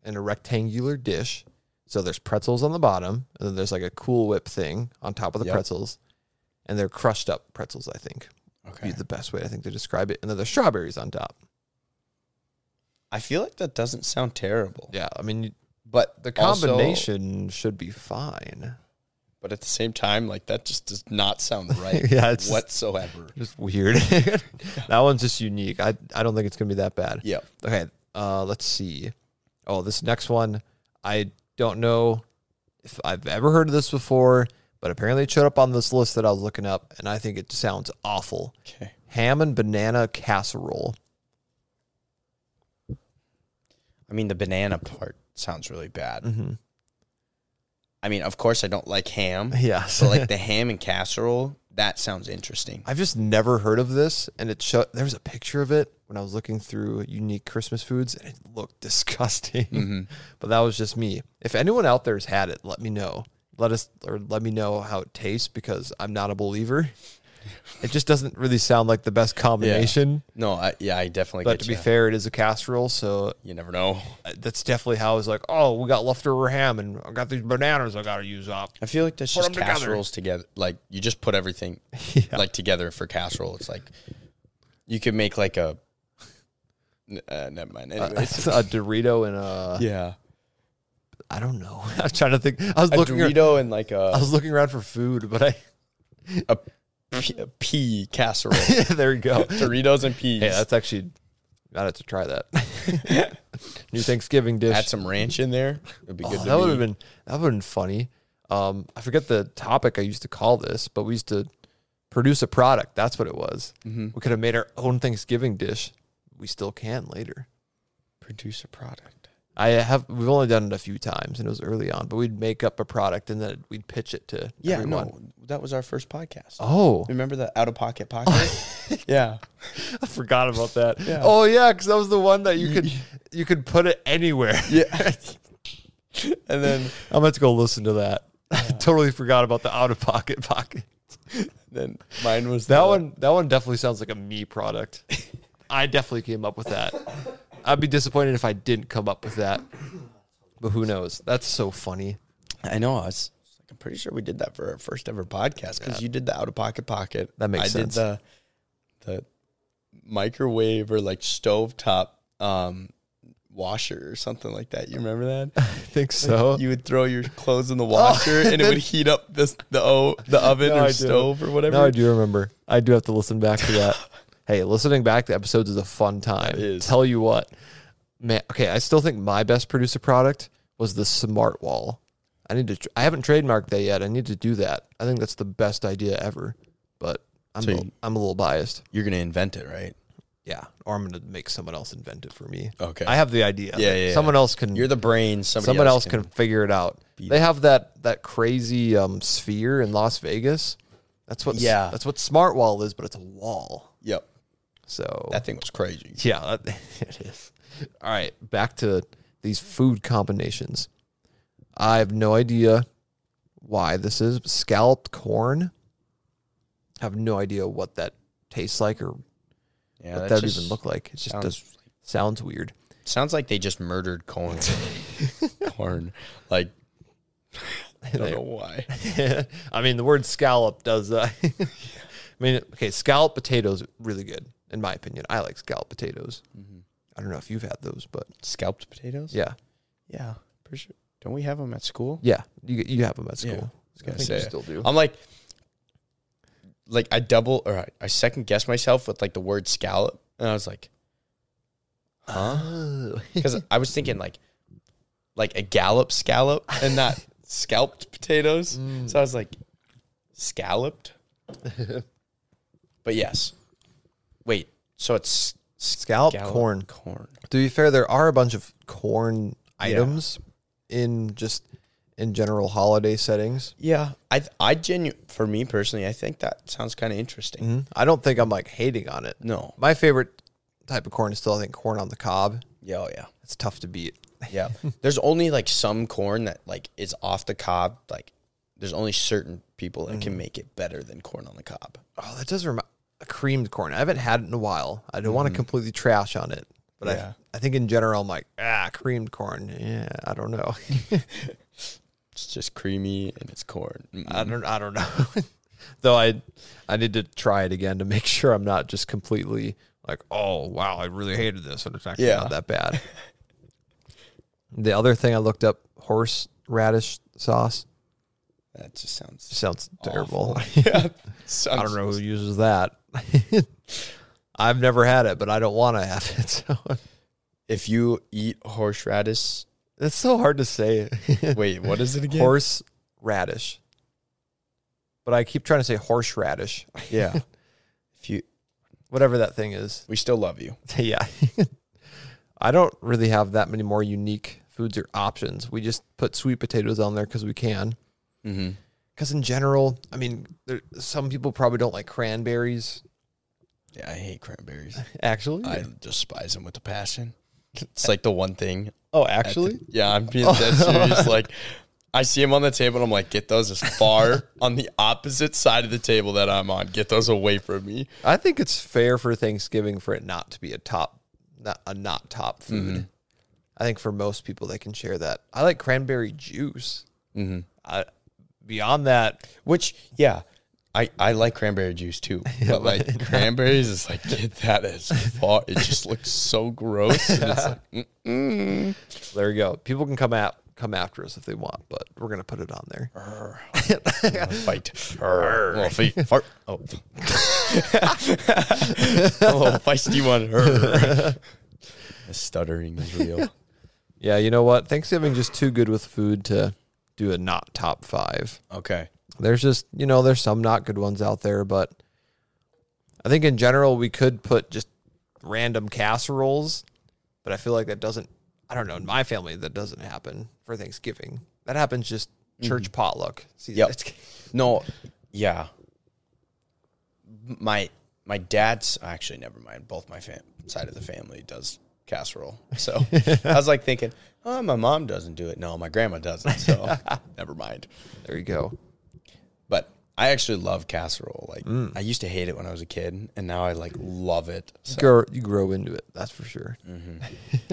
in a rectangular dish. So there's pretzels on the bottom, and then there's like a cool whip thing on top of the
Yep.
pretzels. And they're crushed up pretzels, I think.
okay.
Be the best way I think to describe it. And then there's strawberries on top.
I feel like that doesn't sound terrible.
Yeah, I mean
But
the
also-
combination should be fine.
but at the same time, like that just does not sound right
Yeah, it's-
whatsoever.
Just weird. that one's just unique. I I don't think it's gonna be that bad.
Yeah.
Okay, uh, let's see. Oh, this next one, I don't know if I've ever heard of this before, but apparently it showed up on this list that I was looking up, and I think it sounds awful.
Okay.
Ham and banana casserole.
I mean, the banana part sounds really bad.
Mm-hmm.
I mean, of course, I don't like ham.
Yes.
So like the ham and casserole That sounds interesting.
I've just never heard of this, and it showed. There was a picture of it when I was looking through unique Christmas foods, and it looked disgusting.
Mm-hmm.
but that was just me. If anyone out there's had it, let me know. Let us or let me know how it tastes because I'm not a believer. It just doesn't really sound like the best combination.
No, I, yeah, I definitely
But
get
to be
you.
fair, it is a casserole, so uh,
you never know.
that's definitely how I was like, oh, we got leftover ham and I got these bananas I got to use up.
I feel like that's just
'em together.
casseroles together. Like you just put everything like together for casserole. It's like you could make like a. n- Uh, never mind. Anyways,
It's a Dorito and a
yeah,
I don't know. I was trying to think. I was
a
looking. ar-
Dorito and like
I
a
was looking around for food, but I
a pea, a pea casserole.
yeah, there you go. hey,
Doritos and peas.
that's actually. I'd have to try that. New Thanksgiving dish.
Add some ranch in there. It'd be
Oh,
good. to
that would have
me.
been that would have been funny. Um, I forget the topic I used to call this, but we used to produce a product. That's what it was. We could have made our own Thanksgiving dish. We still can later.
produce a product.
I have we've only done it a few times and it was early on, but we'd make up a product and then we'd pitch it to
Yeah,
everyone.
no, that was our first podcast.
Oh,
Remember the out of pocket pocket? yeah,
I forgot about that. Oh yeah, because that was the one that you could you could put it anywhere.
yeah. and then
I'm about to go listen to that. I totally forgot about the out of pocket pocket.
then mine was
That
the-
one that one definitely sounds like a me product. I definitely came up with that. I'd be disappointed if I didn't come up with that. But who knows? That's so funny.
I know. I was, like, I'm pretty sure we did that for our first ever podcast because you did the out of pocket pocket.
That makes
I
sense.
did the the microwave or like stovetop um, washer or something like that. You remember that?
I think so.
you would throw your clothes in the washer and it would heat up this the o, the oven
No, I
or
do.
stove or whatever.
Now I do remember. I do have to listen back to that. hey, listening back to episodes is a fun time.
is.
Tell you what, man. Okay, I still think my best producer product was the smart wall. I need to. Tr- I haven't trademarked that yet. I need to do that. I think that's the best idea ever. But I'm a
So
little,
you-
I'm a little biased.
You're gonna invent it, right?
Yeah, or I'm gonna make someone else invent it for me.
Okay.
I have the idea.
Yeah, yeah, yeah.
Someone else can.
You're the brain. Somebody
someone else,
can.
can, figure it out. They have that that crazy um, sphere in Las Vegas. That's what
Yeah.
That's what Smart Wall is, but it's a wall.
Yep.
So
That thing was crazy.
yeah, that, it is. All right, back to these food combinations. I have no idea why this is but scalloped corn. have no idea what that tastes like or
Yeah,
what
that
that would
just
even look like. It just
sounds-
does sounds weird.
sounds like they just murdered corn. corn, like I don't know why.
I mean, the word scallop does. Uh, I mean, okay, scallop potatoes really good in my opinion. I like scallop potatoes.
Mm-hmm.
I don't know if you've had those, but
Scalped potatoes.
yeah,
yeah, pretty sure. Don't we have them at school?
yeah, you you have them at school.
Yeah, I was Oh.
I think you still do.
I'm like, like I double or I, I second guess myself with like the word scallop, and I was like,
Oh.
because I was thinking like, like a gallop scallop and not scalped potatoes. So I was like, scalloped. but yes, wait. So it's
Scalloped
scallop
corn.
Corn.
To be fair, there are a bunch of corn items in just in general holiday settings.
Yeah, I I genu for me personally, I think that sounds kind of interesting.
I don't think I'm like hating on it.
No.
My favorite type of corn is still I think corn on the cob.
Yeah. Oh yeah.
It's tough to beat.
Yeah. there's only like some corn that like is off the cob. Like there's only certain people that can make it better than corn on the cob.
Oh, that does remind a creamed corn. I haven't had it in a while. I don't want to completely trash on it, but
Mm-hmm. Yeah.
I I think in general I'm like ah creamed corn. Yeah, I don't know.
It's just creamy and it's corn. Mm.
I don't I don't know. Though I I need to try it again to make sure I'm not just completely like, oh wow, I really hated this and it's actually
Yeah.
not that bad. the other thing I looked up, horse radish sauce.
That just sounds
Sounds terrible.
yeah.
I don't know who uses that. I've never had it, but I don't want to have it. So
If you eat horseradish,
it's so hard to say.
wait, what is it again?
horse radish. But I keep trying to say horseradish,
Yeah. if you,
whatever that thing is.
we still love you.
yeah. I don't really have that many more unique foods or options. We just put sweet potatoes on there because we can.
Mm-hmm.
because in general, I mean, there, some people probably don't like cranberries.
Yeah, I hate cranberries.
Actually,
I despise them with a passion. It's like the one thing.
oh,
at the-
actually,
yeah, I'm being dead serious. Like, I see them on the table, and I'm like, get those as far on the opposite side of the table that I'm on. Get those away from me.
I think it's fair for Thanksgiving for it not to be a top, not a not top food. I think for most people they can share that. I like cranberry juice. Mm-hmm. I, beyond that,
Which, yeah, I, I like cranberry juice too, but like cranberries is like get that as far. It just looks so gross. and it's like, mm.
there you go. People can come at come after us if they want, but we're gonna put it on there.
Wanna fight. Arr. Wanna fight. Fart. Oh. A little feisty one. Arr. The stuttering is real.
Yeah, you know what? Thanksgiving just too good with food to do a not top five.
Okay.
There's just you know there's some not good ones out there, but I think in general we could put just random casseroles, but I feel like that doesn't. I don't know in my family that doesn't happen for Thanksgiving. That happens just church potluck. See,
Mm-hmm. Yep.
that's-
No, yeah. My my dad's actually never mind. Both my fam- side of the family does casserole. So I was like thinking, oh, my mom doesn't do it. No, my grandma doesn't. So never mind.
there you go.
But I actually love casserole. Like I used to hate it when I was a kid, and now I like love it. So
Grow, you grow into it. That's for sure.
Mm.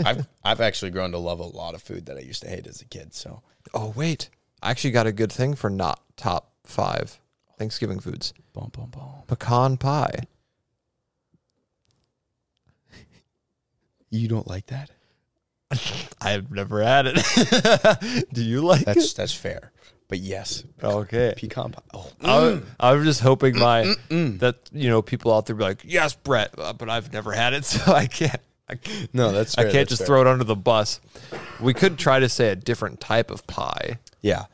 I've I've actually grown to love a lot of food that I used to hate as a kid. So
Oh wait, I actually got a good thing for not top five Thanksgiving foods:
boom, boom, boom.
pecan pie.
You don't like that?
I've never had it. Do you like it?
That's that's fair. But yes,
Okay.
pecan pie. Oh,
I, I was just hoping my that you know people out there be like, yes, Brett, uh, but I've never had it, so I can't. I can't,
no, that's
I
fair,
can't just
that's fair.
throw it under the bus. We could try to say a different type of pie,
Yeah.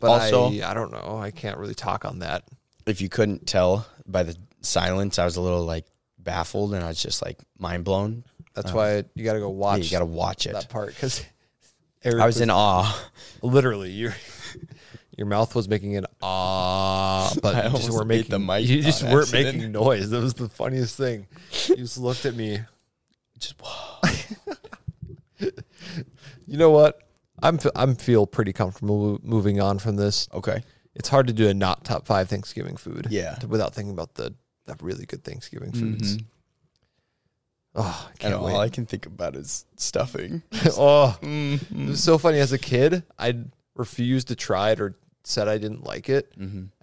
but
also,
I, I don't know. I can't really talk on that.
if you couldn't tell by the silence, I was a little like baffled and I was just like mind blown.
That's why you got to go watch
Uh, You got to watch it.
that part because
I was in awe.
literally your your mouth was making an ah, but you just
almost
weren't
hit
making
the mic
You just
on
weren't
accident.
making noise. That was the funniest thing. You just looked at me.
Just
You know what? I'm f- I'm feel pretty comfortable mo- moving on from this.
okay.
It's hard to do a not top five Thanksgiving food.
Yeah.
t- without thinking about the, the really good Thanksgiving foods. Oh, I
And
can't
all
wait.
I can think about is stuffing.
oh, it was so funny. As a kid, I refused to try it or said I didn't like it.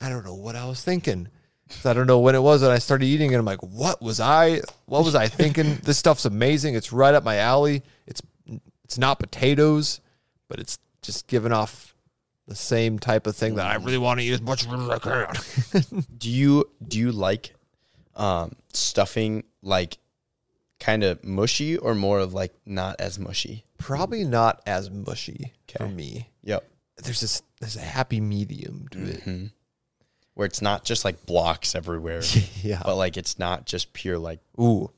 I don't know what I was thinking. 'Cause I don't know when it was that I started eating it. I'm like, what was I? What was I thinking? this stuff's amazing. It's right up my alley. It's it's not potatoes, but it's just giving off the same type of thing that I really want to eat as much as I can.
Do you do you like um, stuffing like kind of mushy or more of like not as mushy?
Probably not as mushy for
Okay.
me.
Yep.
There's this there's a happy medium to it.
Where it's not just like blocks everywhere,
Yeah.
but like it's not just pure like
Ooh.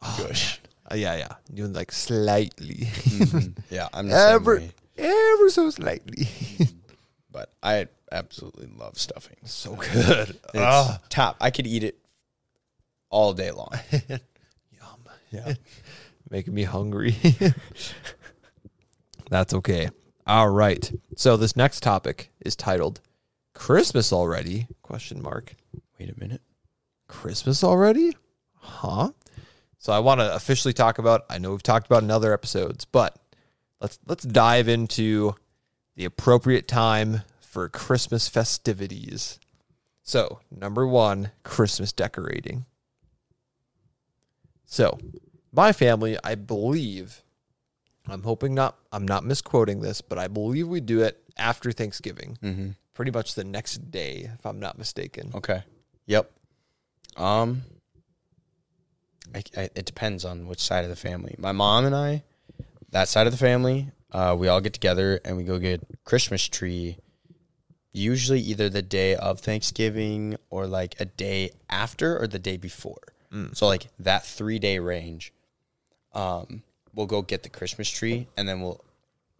gush.
Uh, yeah, yeah. Doing like slightly.
Mm. yeah, I'm Mm-hmm. the
ever,
same way, Mm-hmm.
ever so slightly.
but I absolutely love stuffing.
so good. Ah.
It's top. I could eat it all day long.
Yum. Yeah. Making me hungry. That's okay. All right. So this next topic is titled Christmas already? Question mark.
Wait a minute.
Christmas already? Huh? So I want to officially talk about I know we've talked about it in other episodes, but let's let's dive into the appropriate time for Christmas festivities. So, number 1, Christmas decorating. So, my family, I believe I'm hoping not I'm not misquoting this, but I believe we do it after Thanksgiving. Pretty much the next day, if I'm not mistaken.
Okay. Yep. Um. I, I, it depends on which side of the family. My mom and I, that side of the family, uh, we all get together and we go get Christmas tree. Usually, either the day of Thanksgiving or like a day after or the day before.
Mm.
So like that three day range. Um, we'll go get the Christmas tree and then we'll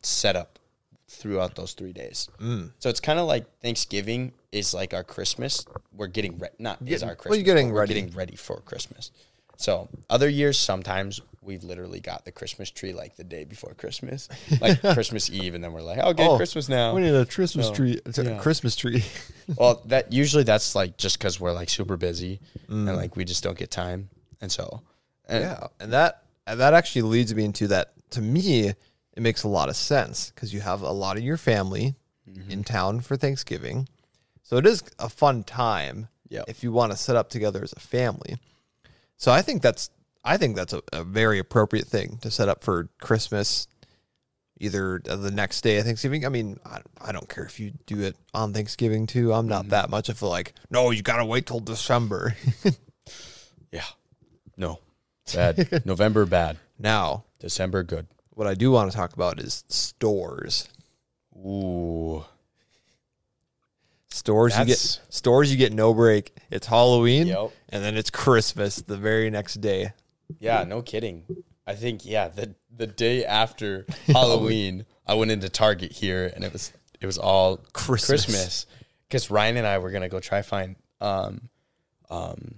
set up throughout those three days.
Mm.
So it's kind of like Thanksgiving is like our Christmas. We're getting re- not is
Getting-
our Christmas.
well, you're getting
but we're
ready.
getting ready for Christmas. So other years, sometimes we've literally got the Christmas tree like the day before Christmas, like Christmas Eve, and then we're like, okay,
Oh,
Christmas now.
We need a Christmas
No.
tree. it's a
Yeah.
Christmas tree.
Well, that usually that's like just because we're like super busy and like we just don't get time, and so and
Mm. yeah, and that and that actually leads me into that. To me, it makes a lot of sense because you have a lot of your family in town for Thanksgiving, so it is a fun time.
Yep.
if you want to set up together as a family, so I think that's I think that's a, a very appropriate thing to set up for Christmas. Either the next day of Thanksgiving. I mean, I, I don't care if you do it on Thanksgiving too. I'm not that much of a like, no, you got to wait till December.
yeah, no, bad November bad,
now,
December good.
what I do want to talk about is stores.
Ooh,
Stores you
That's-
get stores you get no break. It's Halloween
Yep.
and then it's Christmas the very next day.
yeah, no kidding. I think yeah, the the day after
Oh,
Halloween, I went into Target here and it was it was all
Christmas.
Christmas because Ryan and I were gonna go try find um um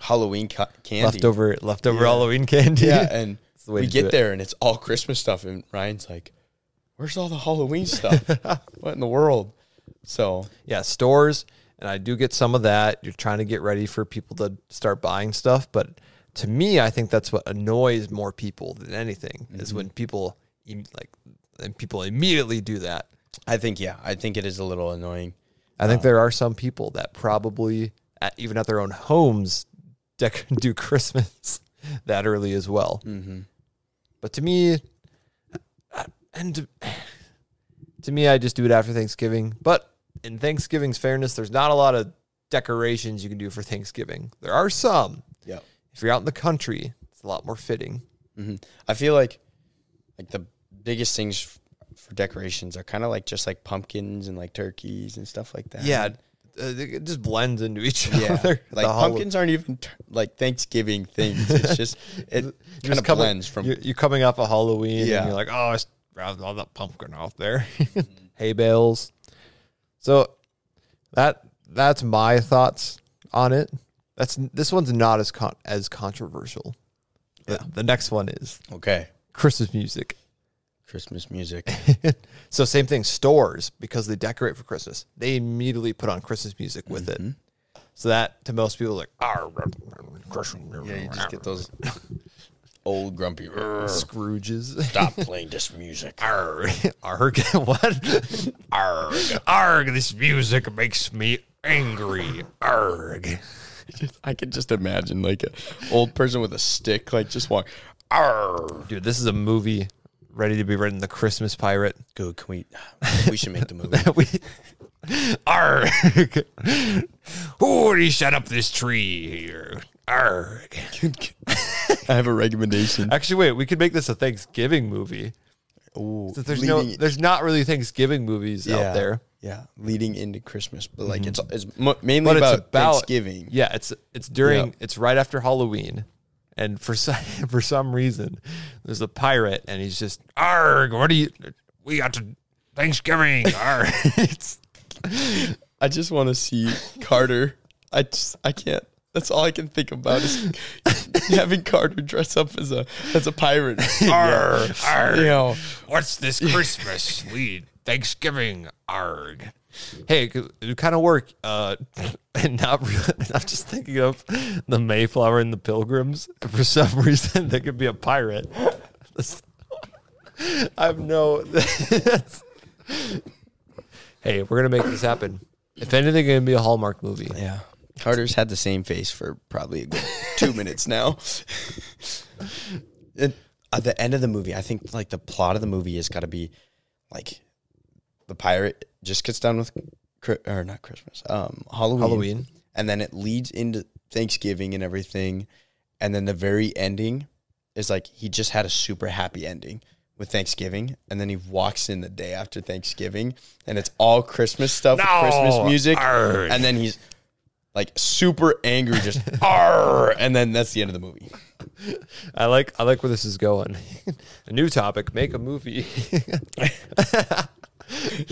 Halloween ca- candy.
Leftover leftover Halloween candy.
Yeah, and
the way
we
to do
get
it.
there and it's all Christmas stuff, and Ryan's like, "Where's all the Halloween stuff? what in the world?" So
yeah, stores and I do get some of that. You're trying to get ready for people to start buying stuff, but to me, I think that's what annoys more people than anything is
Mm-hmm.
when people im- like and people immediately do that.
I think yeah, I think it is a little annoying.
I
Oh.
think there are some people that probably, at, even at their own homes, dec- do Christmas that early as well.
Mm-hmm.
But to me, I- and to, to me, I just do it after Thanksgiving. But in Thanksgiving's fairness, there's not a lot of decorations you can do for Thanksgiving. There are some.
Yeah,
If you're out in the country, it's a lot more fitting.
I feel like like the biggest things f- for decorations are kind of like just like pumpkins and like turkeys and stuff like that.
Yeah, uh, it just blends into each
Yeah,
other.
like
The hol-
pumpkins aren't even tur like Thanksgiving things. It's just
You're
it kind of
just coming-
blends from
you're, you're coming off of Halloween.
Yeah.
and you're like, oh, I grabbed all that pumpkin off there, hay bales. So that that's my thoughts on it. That's this one's not as con- as controversial. The, the next one is
okay
Christmas music.
Christmas music.
so same thing. Stores because they decorate for Christmas, they immediately put on Christmas music with it. So that to most people like, ah,
Yeah, you just get those old grumpy. "Arr,
Scrooges.
Stop playing this music.
Arg. Arg. What? Arg. Arg. This music makes me angry. Arg.
I could just imagine like an old person with a stick, like just walk. Arr.
Dude, this is a movie ready to be written. The Christmas Pirate.
Go, can we? We should make the movie.
we. Arg. Who already set up this tree here? Arg.
I have a recommendation.
Actually, wait. We could make this a Thanksgiving movie.
Ooh,
Since There's no.
leading-
There's not really Thanksgiving movies
yeah,
out there. Mm-hmm.
Yeah, leading into Christmas, but like it's it's mo- mainly
but
about,
it's about
Thanksgiving.
Yeah, it's it's during
Yeah.
it's right after Halloween, and for some for some reason, there's a pirate and he's just arg. What do you? We got to Thanksgiving. Arg. it's
I just want to see Carter. I just I can't. That's all I can think about is having Carter dress up as a as a pirate. Arr,
Arr.
You know,
What's this Christmas? we Thanksgiving. Arg.
hey, it could- it would kind of work. Uh, and not really, I'm just thinking of the Mayflower and the Pilgrims. For some reason, they could be a pirate. This- I have no. hey, we're gonna make this happen. If anything, it's gonna be a Hallmark movie.
Yeah. Carter's had the same face for probably a good two minutes now. and at the end of the movie, I think like the plot of the movie has got to be like the pirate just gets done with Chri- or not Christmas, um, Halloween,
Halloween.
and then it leads into Thanksgiving and everything, and then the very ending is like he just had a super happy ending with Thanksgiving, and then he walks in the day after Thanksgiving, and it's all Christmas stuff, with
No,
Christmas music,
arg.
and then he's like super angry, just Arr! and then that's the end of the movie.
I like I like where this is going. a new topic: make a movie.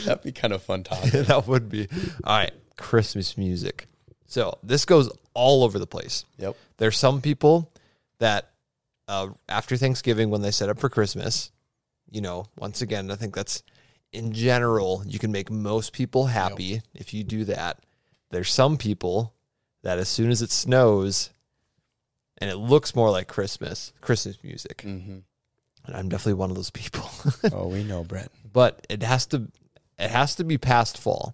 That'd be kind of fun topic.
that would be. All right, Christmas music. So this goes all over the place.
Yep.
There's some people that uh, after Thanksgiving, when they set up for Christmas, you know, once again, I think that's in general, you can make most people happy if you do that. There's some people that as soon as it snows and it looks more like Christmas, Christmas music. And I'm definitely one of those people.
Oh, we know, Brett.
but it has to it has to be past fall.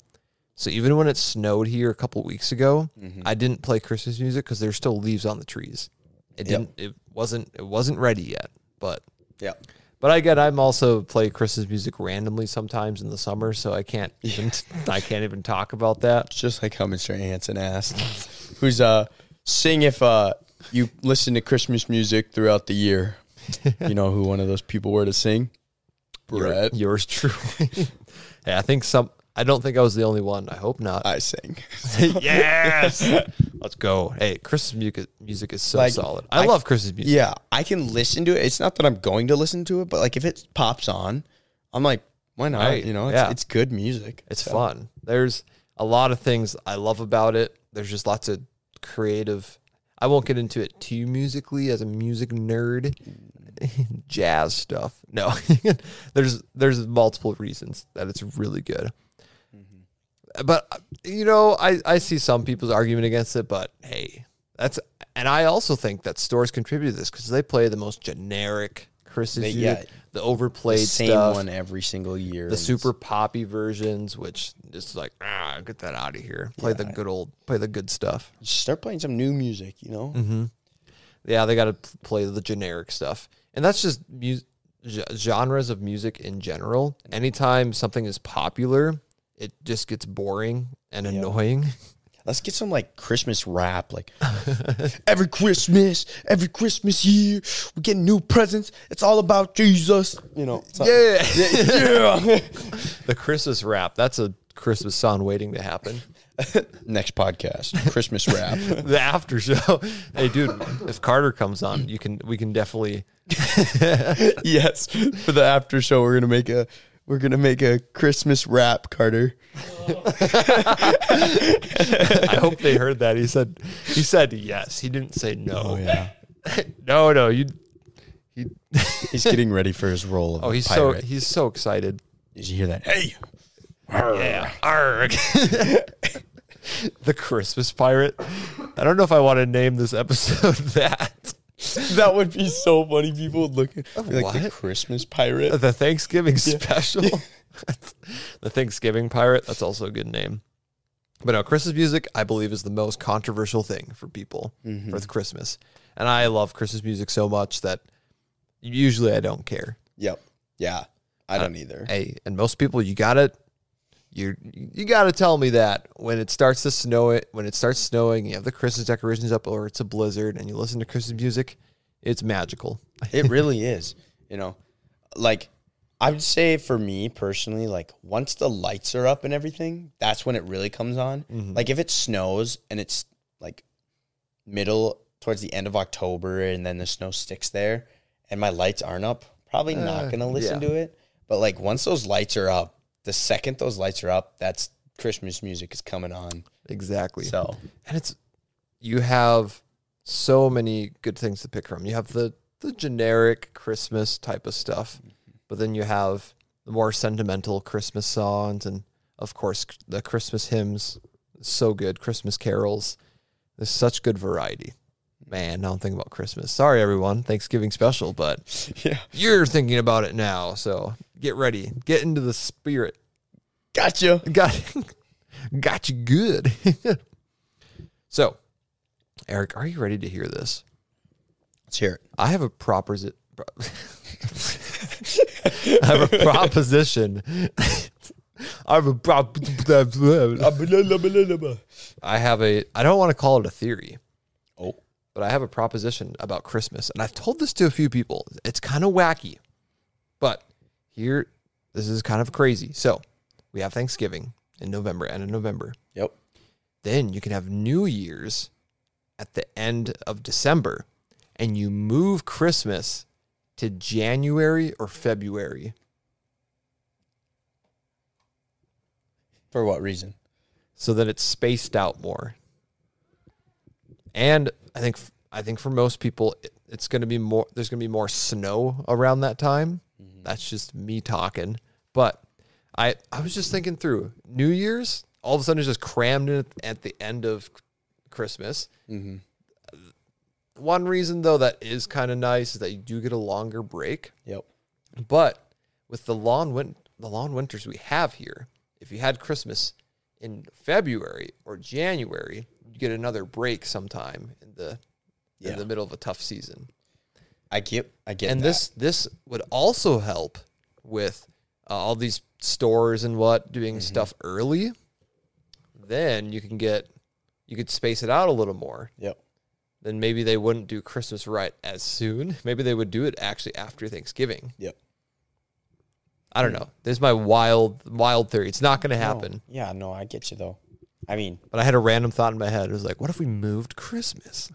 So even when it snowed here a couple weeks ago,
Mm-hmm.
I didn't play Christmas music because there's still leaves on the trees. It didn't. It wasn't. It wasn't ready yet. But
Yep.
but I get. I'm also play Christmas music randomly sometimes in the summer, so I can't even I can't even talk about that.
Just like how Mr. Hanson asked, who's uh saying if uh you listen to Christmas music throughout the year, you know who one of those people were to sing? Brett.
Yours truly. hey, I think some. I don't think I was the only one. I hope not.
I sing.
yes. Let's go. Hey, Christmas music music is so
Like,
solid. I,
I-
love Christmas music.
Yeah, I can listen to it. It's not that I'm going to listen to it, but like if it pops on, I'm like, why not?
Right,
You know, it's,
yeah.
it's good music.
It's fun. There's a lot of things I love about it. There's just lots of creative. I won't get into it too musically as a music nerd. Jazz stuff. No. there's there's multiple reasons that it's really good.
Mm-hmm.
But uh, you know, I I see some people's argument against it, but hey, that's and I also think that stores contribute to this cuz they play the most generic Chris's
They-
music,
yeah.
the overplayed
Same
stuff
one every single year. and
the
it's-
super poppy versions, which is like, ah, get that out of here. Play the good old, play the good stuff.
Start playing some new music. You know,
Yeah, they got to play the generic stuff, and that's just mu- ge- genres of music in general. Anytime something is popular, it just gets boring and annoying.
let's get some like Christmas rap. Like every Christmas, every Christmas year, we get new presents. It's all about Jesus. You know. it's not-
Yeah.
yeah.
the Christmas rap. That's a Christmas song waiting to happen.
Next podcast, Christmas rap.
the after show. hey, dude, if Carter comes on, you can we can definitely
yes, for the after show, we're gonna make a we're gonna make a Christmas rap, Carter.
I hope they heard that. He said he said yes. He didn't say no.
Oh, yeah,
No, no, you. He,
he's getting ready for his role. Of
oh, he's so
pirate.
he's so excited.
Did you hear that? Hey,
Yeah, arg. the Christmas pirate. I don't know if I want to name this episode that.
that would be so funny. People would look at be like the
What?
Christmas pirate.
The Thanksgiving special. the Thanksgiving pirate. That's also a good name. But no, Christmas music, I believe, is the most controversial thing for people for Christmas. And I love Christmas music so much that usually I don't care.
Yep. Yeah, I don't either.
Hey, and most people, you gotta, you you gotta tell me that when it starts to snow, it when it starts snowing, you have the Christmas decorations up, or it's a blizzard, and you listen to Christmas music, it's magical.
It really is. You know, like I would say for me personally, like once the lights are up and everything, that's when it really comes on. Like if it snows and it's like middle towards the end of October and then the snow sticks there and my lights aren't up, probably not going to listen
yeah.
to it. But like once those lights are up, the second those lights are up, that's Christmas music is coming on.
Exactly.
So,
and it's you have so many good things to pick from. You have the the generic Christmas type of stuff, but then you have the more sentimental Christmas songs, and of course c- the Christmas hymns, so good. Christmas carols, there's such good variety. Man, now I'm thinking about Christmas. Sorry, everyone, Thanksgiving special, but
yeah.
you're thinking about it now, so get ready, get into the spirit
Gotcha.
got got you good. so, Eric, are you ready to hear this?
Let's hear it.
I have a proposi- pro- I have a proposition. I have a prop. I have a. I don't want to call it a theory,
Oh,
but I have a proposition about Christmas, and I've told this to a few people. It's kind of wacky, but here, this is kind of crazy. So, we have Thanksgiving in November, and in November,
yep.
then you can have New Year's at the end of December and you move Christmas to January or February.
For what reason?
so that it's spaced out more. And I think I think for most people it, it's going to be more there's going to be more snow around that time. That's just me talking. But I I was just thinking through New Year's all of a sudden it's just crammed in at the end of Christmas. One reason though that is kind of nice is that you do get a longer break.
Yep.
But with the long win- the long winters we have here, if you had Christmas in February or January, you get another break sometime in the
Yeah.
in the middle of a tough season.
I get. I get.
And
that.
this this would also help with uh, all these stores and what doing
Mm-hmm.
stuff early. Then you can get you could space it out a little more.
Yep.
Then maybe they wouldn't do Christmas right as soon. Maybe they would do it actually after Thanksgiving.
Yep.
I don't know. There's my wild, wild theory. It's not going to happen.
No. Yeah. No, I get you though. I mean,
But I had a random thought in my head. It was like, what if we moved Christmas?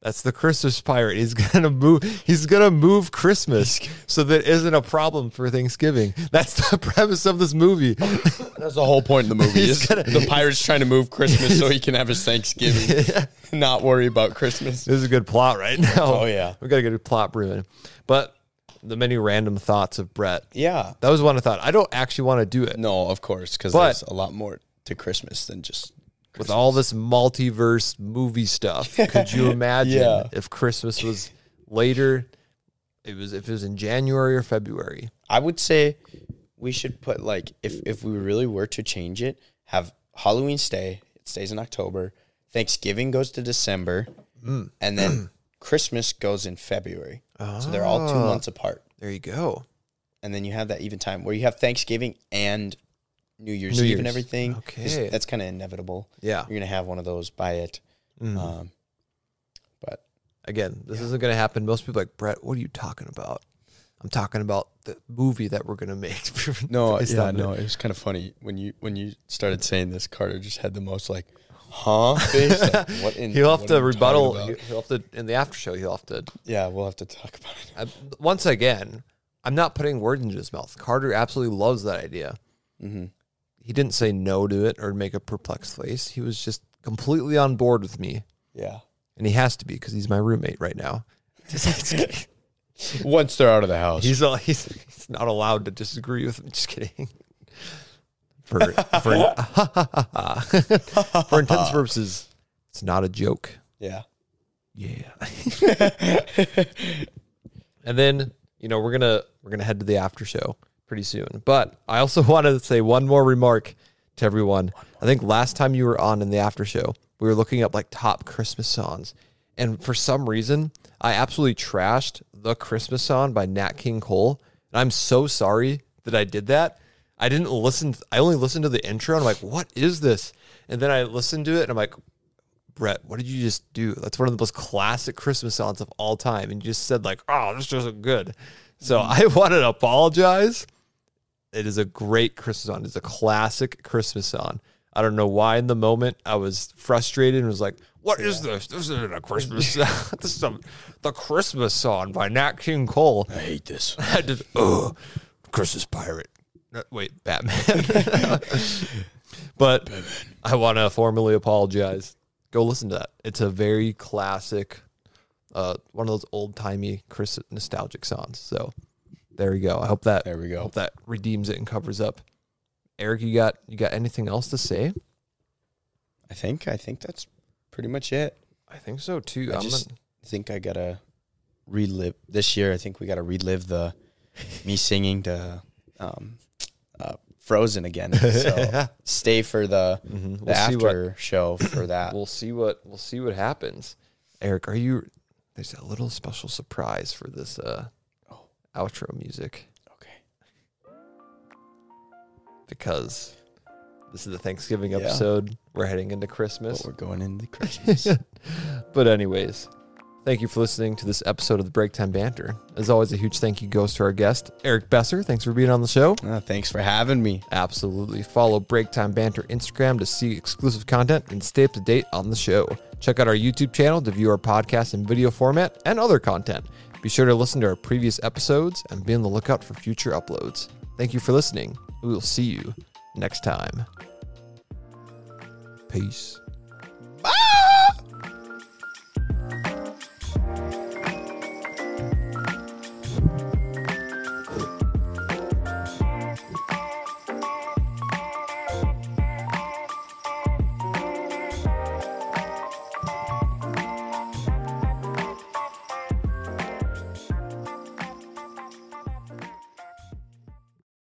That's the Christmas pirate. He's gonna move. He's gonna move Christmas, so that isn't a problem for Thanksgiving. That's the premise of this movie.
that's the whole point of the movie.
He's
is
gonna-
the pirate's trying to move Christmas so he can have his Thanksgiving, not worry about Christmas.
This is a good plot right now.
Oh, yeah.
we got a good plot brewing. But the many random thoughts of Brett.
Yeah.
That was one I thought. I don't actually want to do it
No, of course, because
But-
there's a lot more to Christmas than just.
with all this multiverse movie stuff. Could you imagine
Yeah.
if Christmas was later? It was if it was in January or February.
I would say we should put like if if we really were to change it, have Halloween stay. It stays in October. Thanksgiving goes to December,
Mm.
and then Christmas goes in February. So they're all two
Ah.
months apart.
There you go.
and then you have that even time where you have Thanksgiving and New Year's
New
Eve
Year's.
and everything. 'cause
Okay.
that's kind of inevitable.
Yeah. Mm.
You're gonna have one of those by it. Um, but
Again, this isn't going to happen. Most people are like Brett. What are you talking about? I'm talking about the movie that we're going to make. Based on it.
was kind of funny when you when you started saying this. Carter just had the most like, huh? Face. Like, what in?
He'll have
what are
to
you talking
rebuttal.
about?
he- He'll have to in the after show. He'll have to.
Yeah, we'll have to talk about it.
I, once again, I'm not putting words into his mouth. Carter absolutely loves that idea. He didn't say no to it or make a perplexed face. He was just completely on board with me,
Yeah.
and he has to be because he's my roommate right now.
Once they're out of the house.
He's all, he's he's not allowed to disagree with him. Just kidding. For for for intense purposes, it's not a joke.
yeah.
Yeah. and then, you know, we're gonna we're gonna head to the after show pretty soon. But I also want to say one more remark to everyone. I think last time you were on in the after show, we were looking up like top Christmas songs. And for some reason, I absolutely trashed The Christmas Song by Nat King Cole. And I'm so sorry that I did that. I didn't listen. I only listened to the intro. And I'm like, what is this? And then I listened to it and I'm like, Brett, what did you just do? That's one of the most classic Christmas songs of all time. And you just said, like, oh, this isn't good. So I want to apologize. It is a great Christmas song. It's a classic Christmas song. I don't know why in the moment I was frustrated and was like,
What is this? This isn't a Christmas. this is a, the Christmas song by Nat King Cole.
I hate this.
I just, oh, Christmas pirate. No, wait, Batman. but I want to formally apologize. Go listen to that. It's a very classic, uh, one of those old timey Chris nostalgic songs. So there you go. I hope that
There we go.
hope that redeems it and covers up. Eric, you got you got anything else to say?
I think I think that's pretty much it.
I think so too.
I
I'm
just think I gotta relive this year. I think we gotta relive the me singing to um, uh, Frozen again. So stay for the, the
Mm-hmm. We'll see what-
after show for that.
we'll see what we'll see what happens. Uh, Eric, are you? There's a little special surprise for this uh, outro music
okay.
because this is the Thanksgiving
Yeah.
episode. We're heading into Christmas.
But we're going into Christmas.
But anyways, thank you for listening to this episode of the Break Time Banter. As always, a huge thank you goes to our guest Eric Besser. Thanks for being on the show.
Ah, thanks for having me.
Absolutely. Follow Break Time Banter Instagram to see exclusive content and stay up to date on the show. Check out our YouTube channel to view our podcast in video format and other content. Be sure to listen to our previous episodes and be on the lookout for future uploads. Thank you for listening. We will see you next time. Peace.